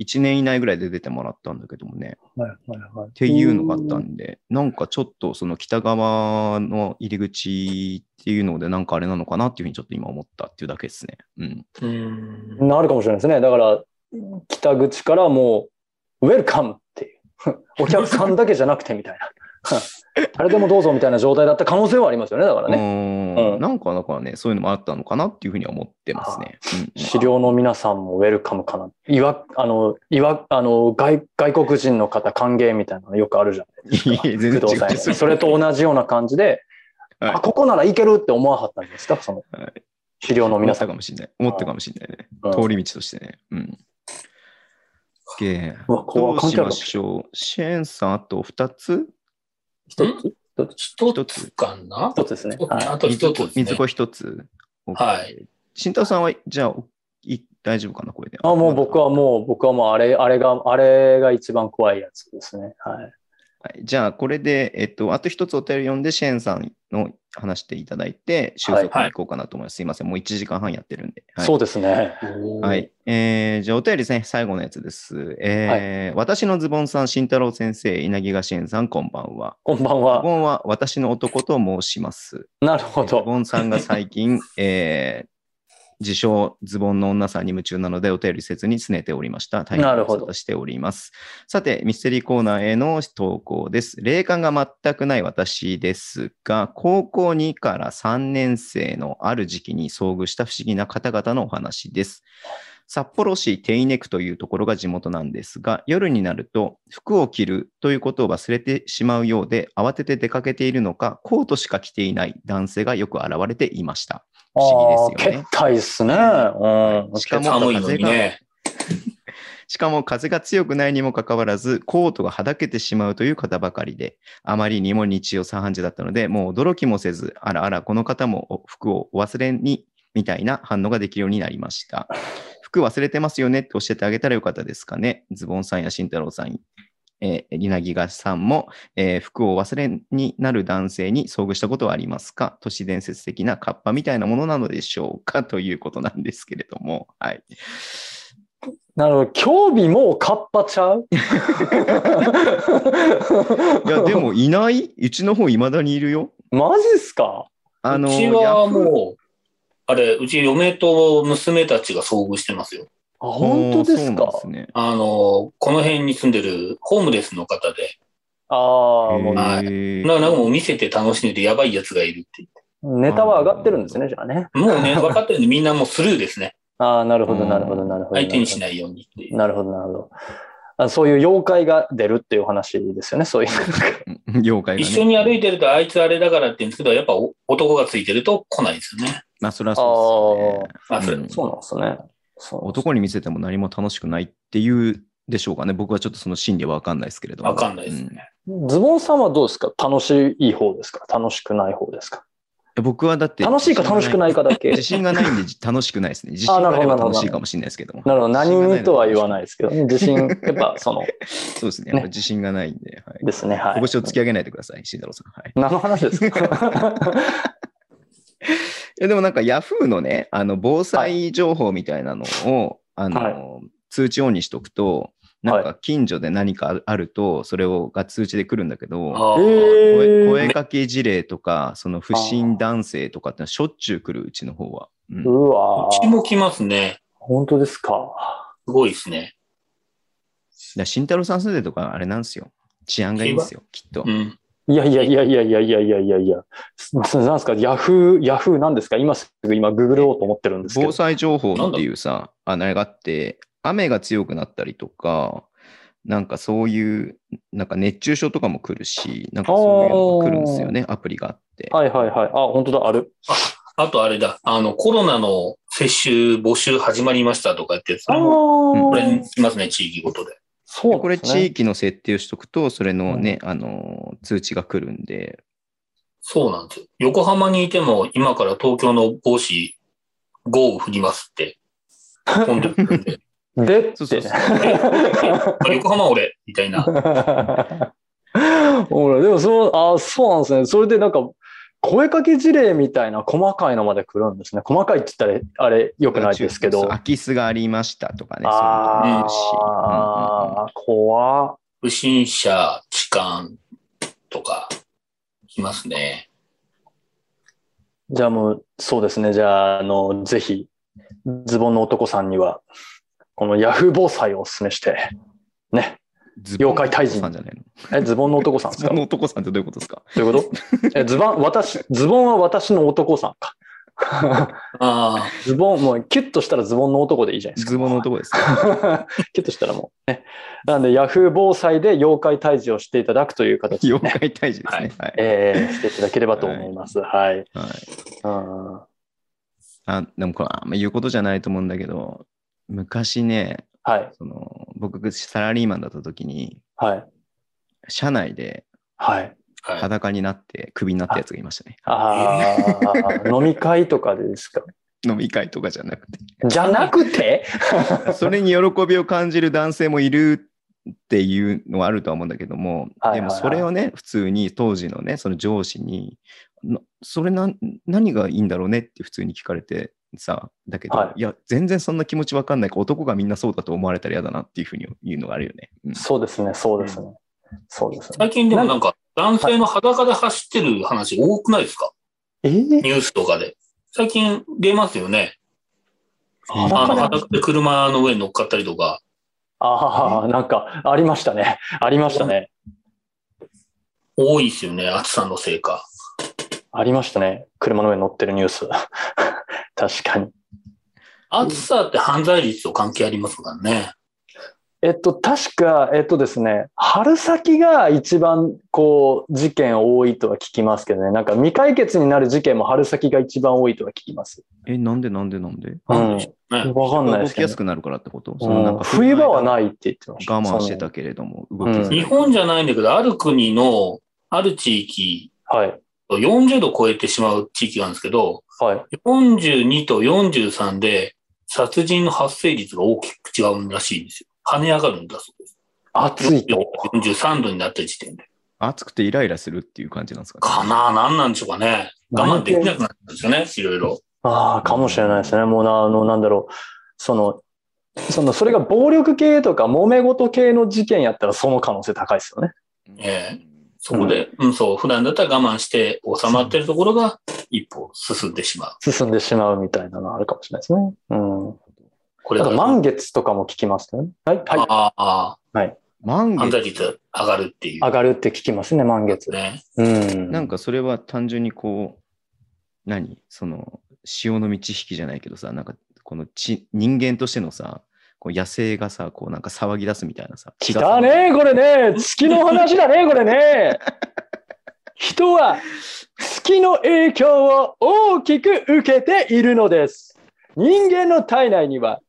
1年以内ぐらいで出てもらったんだけどもね、
はいはいはい。っ
っていうのがあったんで、なんかちょっとその北側の入り口っていうので、なんかあれなのかなっていうふうにちょっと今思ったっていうだけですね。うん。
うーん。
なるかもしれないですね。だから、北口からもう、ウェルカムっていう。 お客さんだけじゃなく てみたいな。誰でもどうぞみたいな状態だった可能性はありますよね。だからね。
う、
うんん
なんかだからね、そういうのもあったのかなっていうふうには思ってますね。うん
資料の皆さんもウェルカムかな。いわ、あの、いわ、あの、外、外国人の方歓迎みたいなのよくあるじゃないです
い
か。
え、全然
工藤
違
さん
う。
やねそれと同じような感じで、
はい
あ、ここならいけるって思わはったんですかその
は、
資料の
思
皆
っ
さ
た
ん。
かもしれない。思ったかもしれないね。
うん
通り道としてね。うん。すげえ。
うわ、こ
ど
う
う
関
し
係あ
ま
る
しょう。シェーンさん、あと2つ
一
ん
つ
一つかな
一つですね。
そう
はい
あと一つです
水
ね。
子1つ。
はい。
慎太郎さんは、じゃあ、い大丈夫かな、これで。
あ、もう僕はもう、僕はもうあれ、あれが、あれが一番怖いやつですね。はい。
はい、じゃあ、これで、えっと、あと1つお便り読んで、シェーンさんの話していただいて、収束に行こうかなと思います。すいません、もう1時間半やってるんで。はい
そうですね。
は。。
はい
えーじゃあ、お便りですね。最後のやつです。えー私のズボンさん、慎太郎先生、稲木賀新さん、こんばんは。
こんばん
ズ
は。
ボンは私の男と申します。
なるほ
ズ
ど。
ボンさんが最近、えー自称ズボンの女さんに夢中なのでお便りせずに拗ねておりました。大変
なるほど
ご無沙汰しております。さて、ミステリーコーナーへの投稿です。霊感が全くない私ですが、高校2から3年生のある時期に遭遇した不思議な方々のお話です。札幌市手稲区というところが地元なんですが、夜になると服を着るということを忘れてしまうようで、慌てて出かけているのか、コートしか着ていない男性がよく現れていました。不思議ですよね
あーけったいっすね。うん。
しかも
寒いのにね。
しかも風が強くないにもかかわらず、コートがはだけてしまうという方ばかりで、あまりにも日曜三半時だったので、もう驚きもせず、あらあら、この方もお服をお忘れに、みたいな反応ができるようになりました。服忘れてますよねって教えてあげたらよかったですかね。ズボンさんや慎太郎さん、えー、リナギガさんも、えー服をお忘れになる男性に遭遇したことはありますか都市伝説的なカッパみたいなものなのでしょうかということなんですけれども、はい。
なるほど。興味もうカッパち ゃう
いや、で。もいないうちの方いまだにいるよ。
マジっすか
あの、
うちはもう、あれ、うち嫁と娘たちが遭遇してますよ。
あ、
う
本当ですか
そうなんですね。
あの、この辺に住んでるホームレスの方で、
ああ、もう
へ
は
ー
ななんかもう見せて楽しんでてやばいやつがいるって言って。
ネタは上がってるんですね、じゃあね。
もうね、分かってるんでみんなもうスルーですね。
ああ、なるほ
う
ど、
ん
なるほど、なるほど。
相手にし
い。
ないようにっていう。
なるほど、なるほど。あそういう妖怪が出るっていうお話ですよね、そういう。
うん妖怪が、ね。
一緒に歩いてるとあいつあれだからって言うんですけど、やっぱお男がついてると来ないですよね。
まあ、それはそうです
あーあそ
よ
れ
ね。うん
そうなんですね。そう
男に見せても何も楽しくないっていうでしょうかね。僕はちょっとその心理はわかんないですけれども。
わかんないです
うんい
ね。
ズボンさんはどうですか楽しい方ですか楽しくない方ですか
や僕はだって。
楽しいか楽しく
い。
ないかだけ。
自信がないんでじ楽しくないですね。自信があれば楽しいかもしれないですけども。。
なるほど。何にとは言わないいですけど、自信、やっぱその、
そうですね。や
ね
っぱ自信がないんで。はい。
ですね、はい。
拳を突き上げないでください、慎太郎さん。はい。
何の話ですか
いやでもなんかヤフーのね、あの防災情報みたいなのを、あの、
はい
通知オンにしとくと、なん
は
か近所で何かああると、それをが通知で来るんだけど、
ああ
声
え
声
ー、
かけ事例とか、その不審男性とかってのはしょっちゅう来るうちの方は。うん
うわ
うち
ー
も来ますね。
本当ですか。
すごいですね。
だ慎太郎さん住んでるとかあれなんですよ。治安がいいんですよ、きっと
う。ん。
いやいやいやいやいやいやいやいやいや。すすなんですかヤフー、ヤフーなんですか今すぐ今ググろうと思ってるんですけど
防。災情報っていうさ、あれがあって、雨が強くなったりとか、なんかそういう、なんか熱中症とかも来るし、なんかそういうのが来るんですよね、アプリがあって。
はいはいはい。あ、本当だ、ある。
あとあれだ、あの、コロナの接種募集始まりましたとかってやつ
ああ
ね、
ん
これ
ー、
来ますね、地域ごとで。
そうなんですね。
これ地域の設定をしとくと、それのね、あの、通知が来るんで、
そうなんですよ。横浜にいても、今から東京の帽子、豪雨降りますって、飛んでくる んで、
でって。
そうそうそう
あ横浜俺、みたいな。
ほら、でもそう、あーそうなんですね。それでなんか、声かけ事例みたいな細かいのまで来るんですね。細かいって言ったら、あれ、良くないですけ
そうそ
ど。
う空
あ
き巣がありましたとかね、そういうのも
あー、怖っ
不審者、痴漢とか、来ますね。
じゃあもう、そうですね。じゃあ、あの、ぜひ、ズボンの男さんには、このヤフー防災をお勧めして、ね。
いるし。
妖怪退治
さんじゃないの。
え、ズボンの男さんです
そ
か
の男さんってどういうことですか
どういうことえ、ズボン、私、ズボンは私の男さんか。
あ
ズボン、もうキュッとしたらズボンの男でいいじゃないですか。
ズボンの男ですか。
キュッとしたらもうね。なんで、ヤフー防災で妖怪退治をしていただくという形で、
妖
ね、
怪退治ですね。はい。
えーしていただければと思います。はい。
はい
うん
あ、でもこれ、あんま言うことじゃないと思うんだけど、昔ね、
はい。
その、僕、サラリーマンだった時に、
はい。
社内で
はい。
あ、はい。
裸になって、クビになったやつがいましたね。
ああ、 飲み会とかでですか。
飲み会とかじゃなくて。
じゃなくて
それに喜びを感じる男性もいるっていうのはあるとは思うんだけど
はい
も、
はい
で
はい
もそれをね、普通に当時のね、その上司に、なそれな何がいいんだろうねって普通に聞かれてさ、だけど、
はい
い、や、全然そんな気持ちわかんないから、男がみんなそうだと思われたら嫌だなっていうふうに言うのがあるよね。う ん
そうですね、そうですね。そうですね。
最近でもなんか、男性の裸で走ってる話多くないですか
えー
ニュースとかで。最近出ますよね。あの、
裸で
裸で車の上に乗っかったりとか、
ああ、なんか、ありましたね。ありましたね。
多いですよね、暑さのせいか。
ありましたね。車の上に乗ってるニュース。 確かに。
暑さって犯罪率と関係ありますからね。
えっと、確か、えっとですね、春先が一番、こう、事件多いとは聞きますけどね、なんか未解決になる事件も春先が一番多いとは聞きます。
え、なんでなんでなんで
うん。
ね
わかんないで
動
す
き
け
や
ど
す、くなるからってことそのな
うんん
か
冬場はないって言ってました。
我慢してたけれども、動きづらい
日本じゃないんだけど、ある国の、ある地域、
その。はい。
40度超えてしまう地域があるんですけど、
はい。
42と43で殺人の発生率が大きく違うらしいんですよ。跳ね上がるんだそうです。
暑いと。
43度になった時点で。
暑くてイライラするっていう感じなんですか
かなあなんなんでしょうかね。我慢できなくなったんですよね、いろいろ。
ああ、かもしれないですね。もうな、あの、なんだろう。その、その、それが暴力系とか揉め事系の事件やったらその可能性高いですよね。
えそこで、うん、そう、普段だったら我慢して収まってるところが一歩進んでしまう。
進んでしまうみたいなのあるかもしれないですね。うん。
これ
あ
が
と、満月とかも聞きますけどね。はい。はい。
ああ、
満月、
犯罪率上がるっていう。
上がるって聞きますね、満月。
ね。
うん。
なんかそれは単純にこう、何その、潮の満ち引きじゃないけどさ、なんかこのち人間としてのさ、こう野生がさ、こうなんか騒ぎ出すみたいなさ。
来たね、これね。月の話だね、これ ね。人は月の影響を大きく受けているのです。人間の体内には、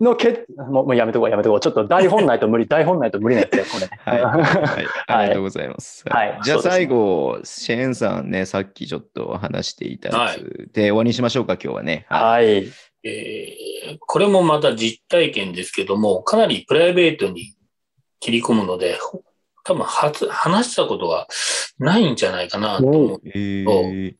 のけもうもうやめとこう、やめとこう。ちょっと台本ないと無理、台本ないと無理なんだよ、これ。
はい、はい、ありがとうございます。
はい
じゃあ
そうですね
最後、シェーンさんね、さっきちょっと話していたやつで終わりにしましょうか、今日はね。い。
はい。
えーこれもまた実体験ですけども、かなりプライベートに切り込むので、ほ多分初話したことがないんじゃないかなと思う。
えー、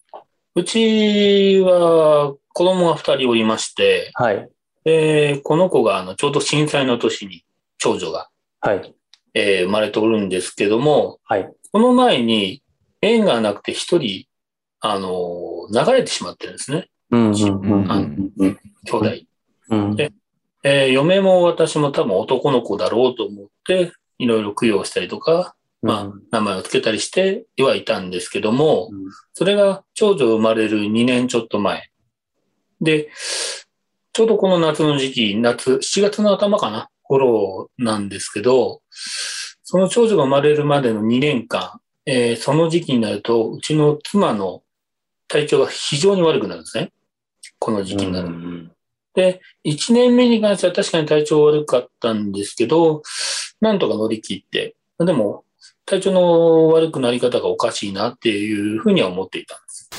うちは子供が2人おりまして、
はい。
でこの子があのちょうど震災の年に長女が、
はい。
えー生まれておるんですけども、
はい
この前に縁がなくて1人、あの流れてしまってるんですね、
うん。
うん
兄弟。
うん。
えー嫁も私も多分男の子だろうと思って、いろいろ供養したりとか、まあ、名前を付けたりしてはいたんですけども、
うん
それが長女生まれる2年ちょっと前。で、ちょうどこの夏の時期、夏、7月の頭かな、頃なんですけど、その長女が生まれるまでの2年間、えーその時期になると、うちの妻の体調が非常に悪くなるんですね。この時期になると
うん。
で、1年目に関しては確かに体調悪かったんですけど、なんとか乗り切って、でも、体調の悪くなり方がおかしいなっていうふうには思っていたんです。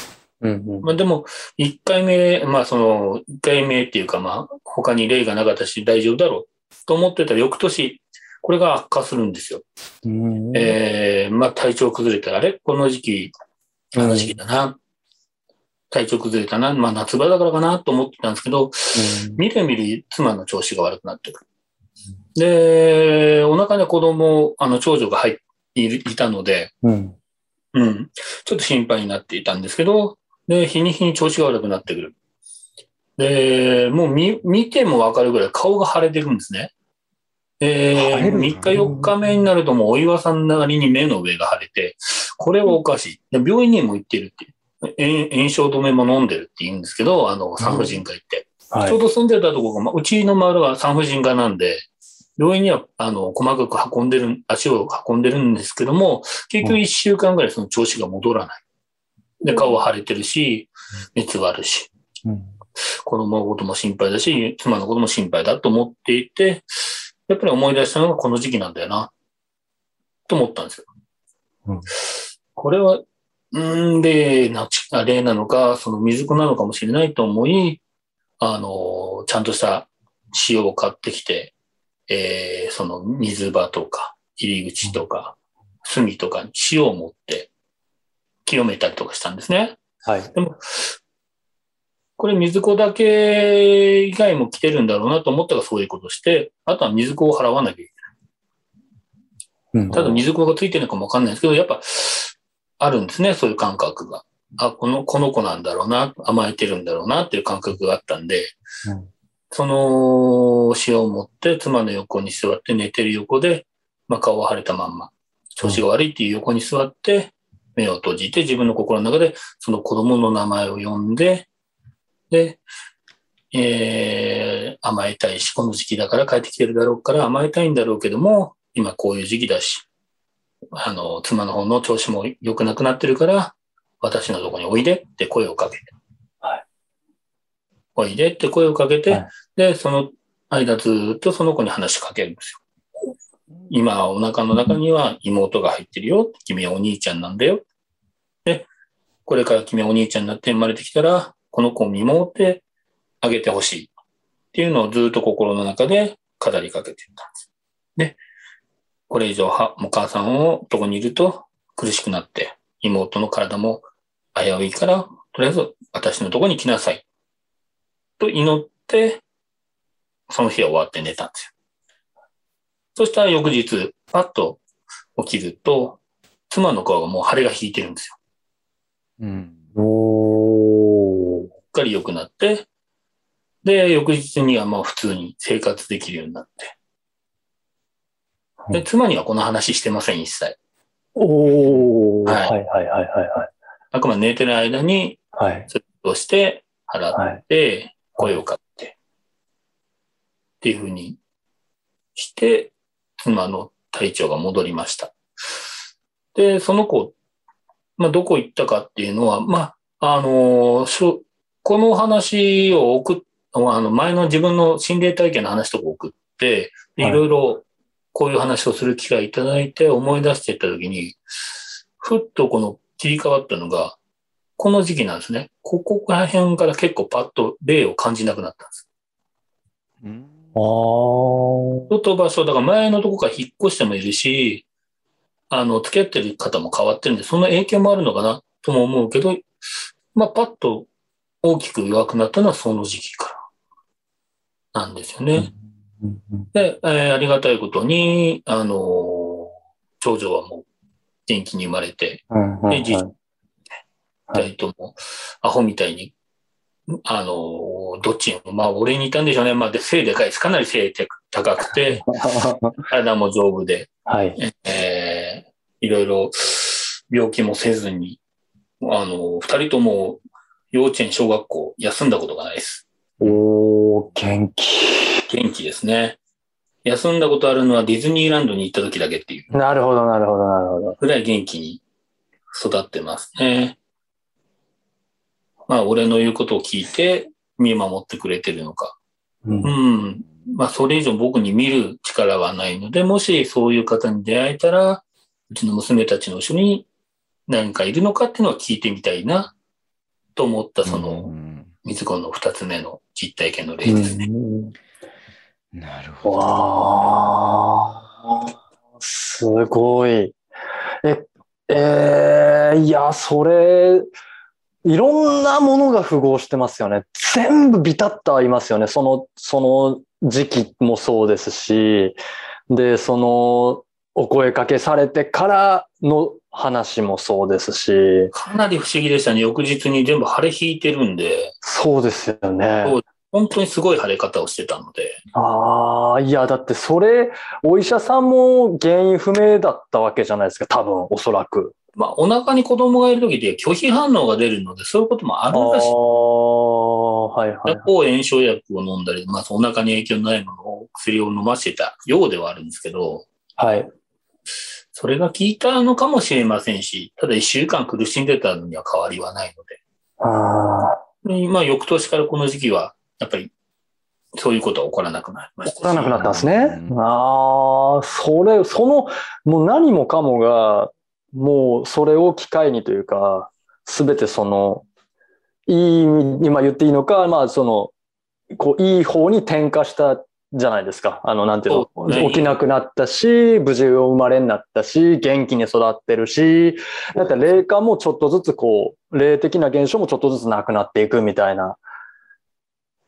うん。
まあでも、1回目、まあその、1回目っていうかまあ、他に例がなかったし大丈夫だろうと思ってた翌年、これが悪化するんですよ。
うん。
えー、まあ体調崩れたら、あれこの時期、あの時期だな。体調崩れたな。まあ夏場だからかなと思ってたんですけど、みるみる妻の調子が悪くなってくる。で、お腹に子供、あの、長女が入っていたので、
うん。
うん、ちょっと心配になっていたんですけど、で、日に日に調子が悪くなってくる。で、もう見、見てもわかるぐらい顔が腫れてくんですね。で、
腫れる
3
んだ
日4日目になるともうお岩さんなりに目の上が腫れて、これはおかしい。で病院にも行ってるって。え炎症止めも飲んでるって言うんですけど、あの、産婦人科行って。
はい
ちょうど住んでたとこが、まあ、うちの周りは産婦人科なんで、病院には、あの、細かく運んでる、足を運んでるんですけども、結局一週間ぐらいその調子が戻らない。で、顔は腫れてるし、熱があるし、子供のことも心配だし、妻のことも心配だと思っていて、やっぱり思い出したのがこの時期なんだよな、と思ったんですよ。
うん
これは、うーん、例な、例なのか、その水子なのかもしれないと思い、あの、ちゃんとした塩を買ってきて、えーその水場とか、入り口とか、炭とかに塩を持って、清めたりとかしたんですね。
はい。
これ水子だけ以外も来てるんだろうなと思ったらそういうことして、あとは水子を払わなきゃいけ
うん
ない。ただ水子がついてるのかもわかんないですけど、やっぱあるんですね、そういう感覚が。あ、この、この子なんだろうな、甘えてるんだろうなっていう感覚があったんで、
うん
その塩を持って妻の横に座って寝てる横で、まあ、顔は腫れたまんま、調子が悪いっていう横に座って、目を閉じて自分の心の中でその子供の名前を呼んで、で、えー甘えたいし、この時期だから帰ってきてるだろうから甘えたいんだろうけども、今こういう時期だし、あの、妻の方の調子も良くなくなってるから、私のとこにおいでって声をかけて。
はい
おいでって声をかけて、
はい
で、その間ずっとその子に話しかけるんですよ。今、お腹の中には妹が入ってるよ。君はお兄ちゃんなんだよ。で、これから君はお兄ちゃんになって生まれてきたら、この子を見守ってあげてほしい。っていうのをずっと心の中で語りかけてたんです。で、これ以上は、お母さんをどこにいると苦しくなって、妹の体も危ういから、とりあえず私のとこに来なさい。と祈って、その日は終わって寝たんですよ。そしたら翌日、パッと起きると、妻の顔がもう腫れが引いてるんですよ。
うん。
おー。
しっかり良くなって、で、翌日にはまあ普通に生活できるようになって。
う
で、
ん
妻にはこの話してません、一切。
おー。は
はいい
はいはいはい
あくまで寝てる間に、
はい。はい。
どうして払っ
はい。
て、声をかけて、っていうふうにして、妻の体調が戻りました。で、その子、まあ、どこ行ったかっていうのは、まあ、あの、しょこの話を送っあの、前の自分の心霊体験の話とか送って、で
はい
いろいろこういう話をする機会いただいて思い出していったときに、ふっとこの切り替わったのが、この時期なんですね。ここら辺から結構パッと霊を感じなくなったんです。
うん
あー。
人と場所、だから前のとこから引っ越してもいるし、あの、付き合ってる方も変わってるんで、その影響もあるのかなとも思うけど、まあ、パッと大きく弱くなったのはその時期からなんですよね。
うんうん
で、えーありがたいことに、あのー長女はもう元気に生まれて、
うんうん
でじ
はいは
二人ともアホみたいに、あのーどっちにも、まあ俺にいたんでしょうね。まあで、背でかいです。かなり背高くて、体も丈夫で、
はい。
えーいろいろ病気もせずに、あのー二人とも幼稚園、小学校休んだことがないです。
おー、元気。
元気ですね。休んだことあるのはディズニーランドに行った時だけっていう。
なるほど、なるほど、なるほど。
ぐらい元気に育ってますね。まあ、俺の言うことを聞いて見守ってくれてるのか。
うん
うん。まあ、それ以上僕に見る力はないので、もしそういう方に出会えたら、うちの娘たちの後ろに何かいるのかっていうのは聞いてみたいな、と思った、その、
うん
水子の二つ目の実体験の例ですね。
うん
なるほど。
わー、すごい。え、えーいや、それ、いろんなものが符合してますよね。全部ビタッと合いますよね。その、その時期もそうですし、で、その、お声かけされてからの話もそうですし、
かなり不思議でしたね。翌日に全部腫れ引いてるんで、
そうですよね。
そう本当にすごい腫れ方をしてたので。
ああ、いや、だってそれ、お医者さんも原因不明だったわけじゃないですか、多分、おそらく。
まあ、お腹に子供がいる時で拒否反応が出るので、そういうこともあ
あ
るらしい。
あ、はいはい
抗炎症薬を飲んだり、まあ、お腹に影響のないものを薬を飲ませてたようではあるんですけど、
はい。はい。
それが効いたのかもしれませんし、ただ一週間苦しんでたのには変わりはないの
ああ、
で、でまあ、翌年からこの時期は、やっぱり、そういうことは起こらなくなりましたし。
起こらなくなったんですね。
うん
ああ、それ、その、もう何もかもが、もうそれを機会にというか、すべてその、いい、今言っていいのか、まあその、こう、いい方に転化したじゃないですか。あの、なんていう
そ
の、
うですね
起きなくなったし、無事生まれになったし、元気に育ってるし、だって霊感もちょっとずつこう、霊的な現象もちょっとずつなくなっていくみたいな。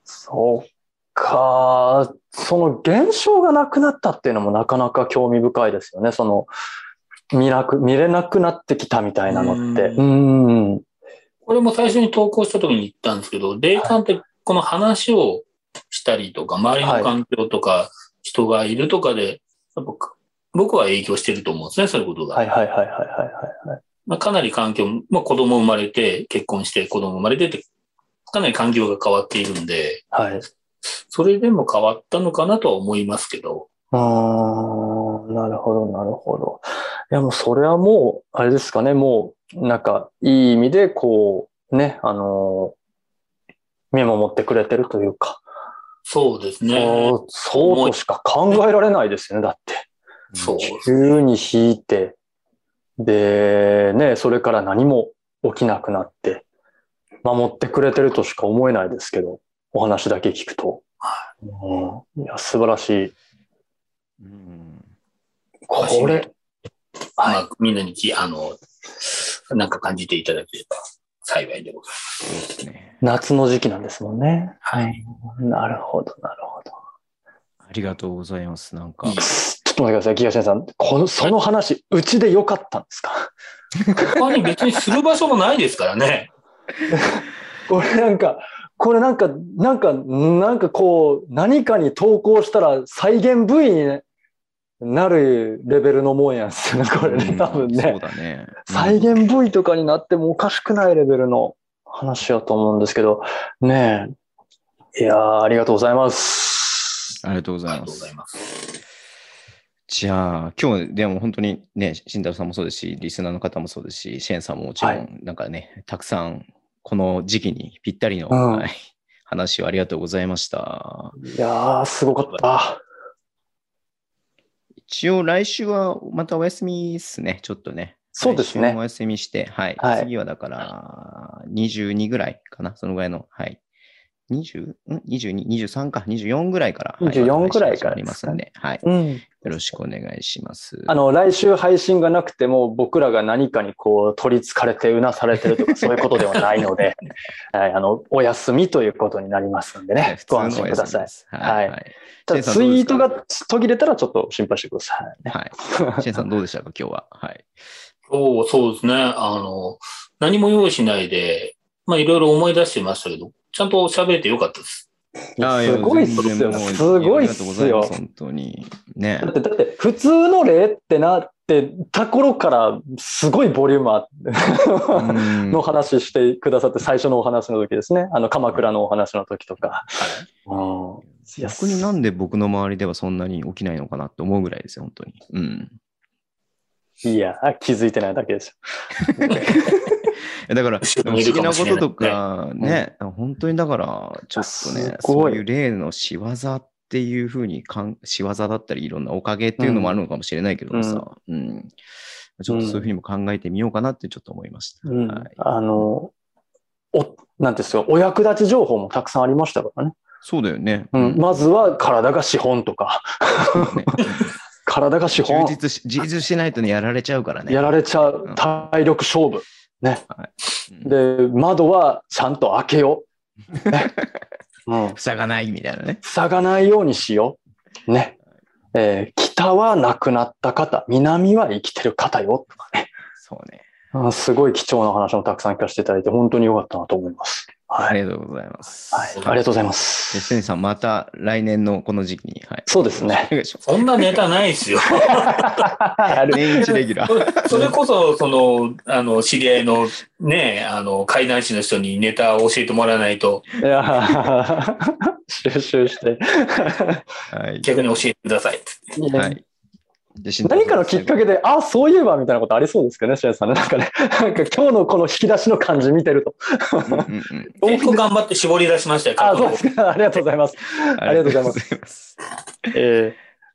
そうか、その現象がなくなったっていうのもなかなか興味深いですよね。その、見なく、見れなくなってきたみたいなのって。
う
うん。
これも最初に投稿した時に言ったんですけど、霊感ってこの話をしたりとか、周りの環境とか、人がいるとかで、やっぱ僕は影響してると思うんですね、そういうことが。
はいはいはいはいはいはい。
まあ、かなり環境、まあ、子供生まれて、結婚して子供生まれてって、かなり環境が変わっているんで、
はい。
それでも変わったのかなとは思いますけど、
ああ、なるほど、なるほど。いや、もうそれはもう、あれですかね、もう、なんか、いい意味で、こう、ね、あのー見守ってくれてるというか、
そうですね。
そう、そうとしか考えられないですよね、だって。
そう。
急に引いて、で、ね、それから何も起きなくなって、守ってくれてるとしか思えないですけど、お話だけ聞くと。うん、いや、素晴らしい。
うん
これ、
まあ、みんなにき、あの、なんか感じていただければ幸いでございます。
そうですね。
夏の時期なんですもんね。
はい。
なるほど、なるほど。
ありがとうございます。なんか
いい。
ちょっと待ってください、東谷さん。この、その話、うちでよかったんですか
他に別にする場所もないですからね。
これなんか、これなんか、なんか、なんかこう、何かに投稿したら再現部位になるレベルのもんやんすよね、これ
う
ね、
ん
多分
そう
ね。
だね。
再現部位とかになってもおかしくないレベルの話やと思うんですけど、ねえ。いやー、ありがとうございます。
ありがとうござい
あり
ま
がとうござ
す
い。ます。
じゃあ、今日でも本当にね、慎太郎さんもそうですし、リスナーの方もそうですし、シェーンさんももちろ
は
ん、なんかね、たくさん、この時期にぴったりの、
うん
はい話をありがとうございました。
いやー、すごかった。
一応、来週はまたお休みですね、ちょっとね。
そうですね
来週もお休みして、はい。
はい
次はだから、22ぐらいかな、そのぐらいの、はい。20? ん ?22、23か、24ぐらいから。はい
24ぐらいから
また来週始まりますんで、はい。よ
うん。
ろしくお願いします。
あの、来週配信がなくても、僕らが何かにこう、取り憑かれてうなされてると か、そういうことではないので、はい、あの、お休みということになりますんでね、ご安心ください。
い
はい
はい。
ただ、
シェンさん
ツイ
どうで
ー
す
トが
か
途切れたら、ちょっと心配してくださいね。
はい。シェンさんどうでしたか、今日は。はい。
そう、そうですね。あの、何も用意しないで、まあ、いろいろ思い出してましたけど、ちゃんと喋れてよかったです。
あ
すごいっすよ。
や全然もう
すごいっ
ありがとうご
す
ざいま
よ
す。。本当に。ね
だ。って、だって、普通の例ってなってた頃から、すごいボリュームあって、
う ん
の話してくださって、最初のお話の時ですね。あの、鎌倉のお話の時とか。うんいや
逆になんで僕の周りではそんなに起きないのかなって思うぐらいですよ、本当に。うん。
いや、気づいてないだけですよ。
だから、
後
不思
ろにいる
議
かも
な
し
こ
れ
と
ない
とか、ね、本当にだから、ちょっとね
す、ご
そ
いう
いう例の仕業っていうふうにかん、仕業だったり、いろんなおかげっていうのもあるのかもしれないけどもさ、うん。ちょっとそういうふうにも考えてみようかなってちょっと思いました。
うん
はい、
あの、お、なんていうんですか、お役立ち情報もたくさんありましたからね。
そうだよね。
うん、まずは体が資本とか、
ね
体が資
充
本、
実し、充実しないとね、やられちゃうからね。
やられちゃう
うん
体力勝負。
うん
で、窓はちゃんと開けよう。 ねうん、
塞がないみたいなね。
塞がないようにしよう。ね。えー北は亡くなった方、南は生きてる方よ。とかね。
そうね。
うんすごい貴重な話もたくさん聞かせていただいて、本当に良かったなと思います。
あ
はい。
りがとうございます。
はい、ありがとうございます。
で、センさん、また来年のこの時期に、はい。
そうですね
お願いします
そんなネタないですよ。
やる
年一レギュラー。
それこそ、その、あの、知り合いのね、あの、海南市の人にネタを教えてもらわないと、
いやー収集して。
はい。
逆に教えてくださいって。
はい。で慎太郎
何
さ
か
ん
のきっかけで、あ、そういえばみたいなことありそうですけどね、シェンさんね。なんかね、なんか今日のこの引き出しの感じ見てると。
うんうんうん
結構頑張って絞り出しましたよ、
あ、
過去
そう
の
ですか。ありがとうございます。
あ
りがとうございます
す。
えー、ありがと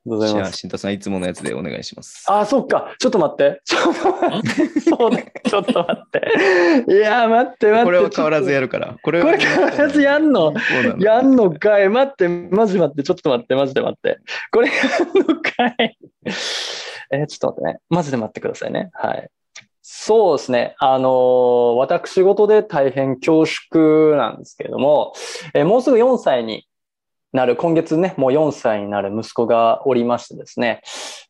うござい
じゃ
ま
あ、
す。
慎太郎さん、いつものやつでお願いします。
あ、そっか。ちょっと待って。ちょっと待って。 そうだ。ちょっと待って。いやー、待って、待って。
これは変わらず
や
やるから。これ
これ変わらずやんの
そうな
やんのかい。待って、マジ待って。ちょっと待って、マジで待って。これやんのかい。えーちょっと待ってね。マジで待ってくださいね。はい。そうですね。あのー私事で大変恐縮なんですけれども、えーもうすぐ4歳になる、今月ね、もう4歳になる息子がおりましてですね。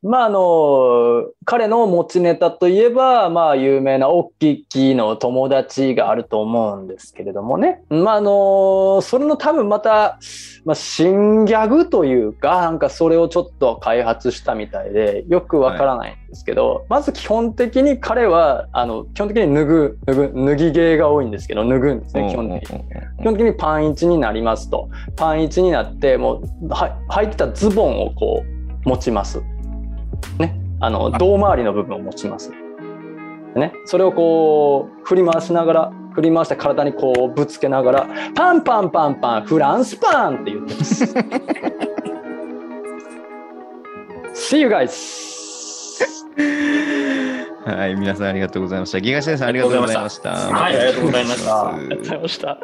まあ、あの、彼の持ちネタといえば、まあ、有名なおっきっきーの友達があると思うんですけれどもね。まあ、あの、それの多分また、まあ、新ギャグというか、なんかそれをちょっと開発したみたいで、よくわからないんですけど、まず基本的に彼は、あの、基本的に脱ぐ、脱ぐ、脱ぎ芸が多いんですけど、脱ぐんですね、基本的に。基本的にパン1になりますとパン1になってもうは履いてたズボンをこう持ちます、ね、あの
あ
胴回りの部分を持ちます、ね、それをこう振り回しながら振り回して体にこうぶつけながら「パンパンパンパンフランスパン!」って言ってます See you guys!
はい、皆さんありが とうございました。ギガシェンさんありがとうございました。
はい、ありがとうございました。
ありがとうございました。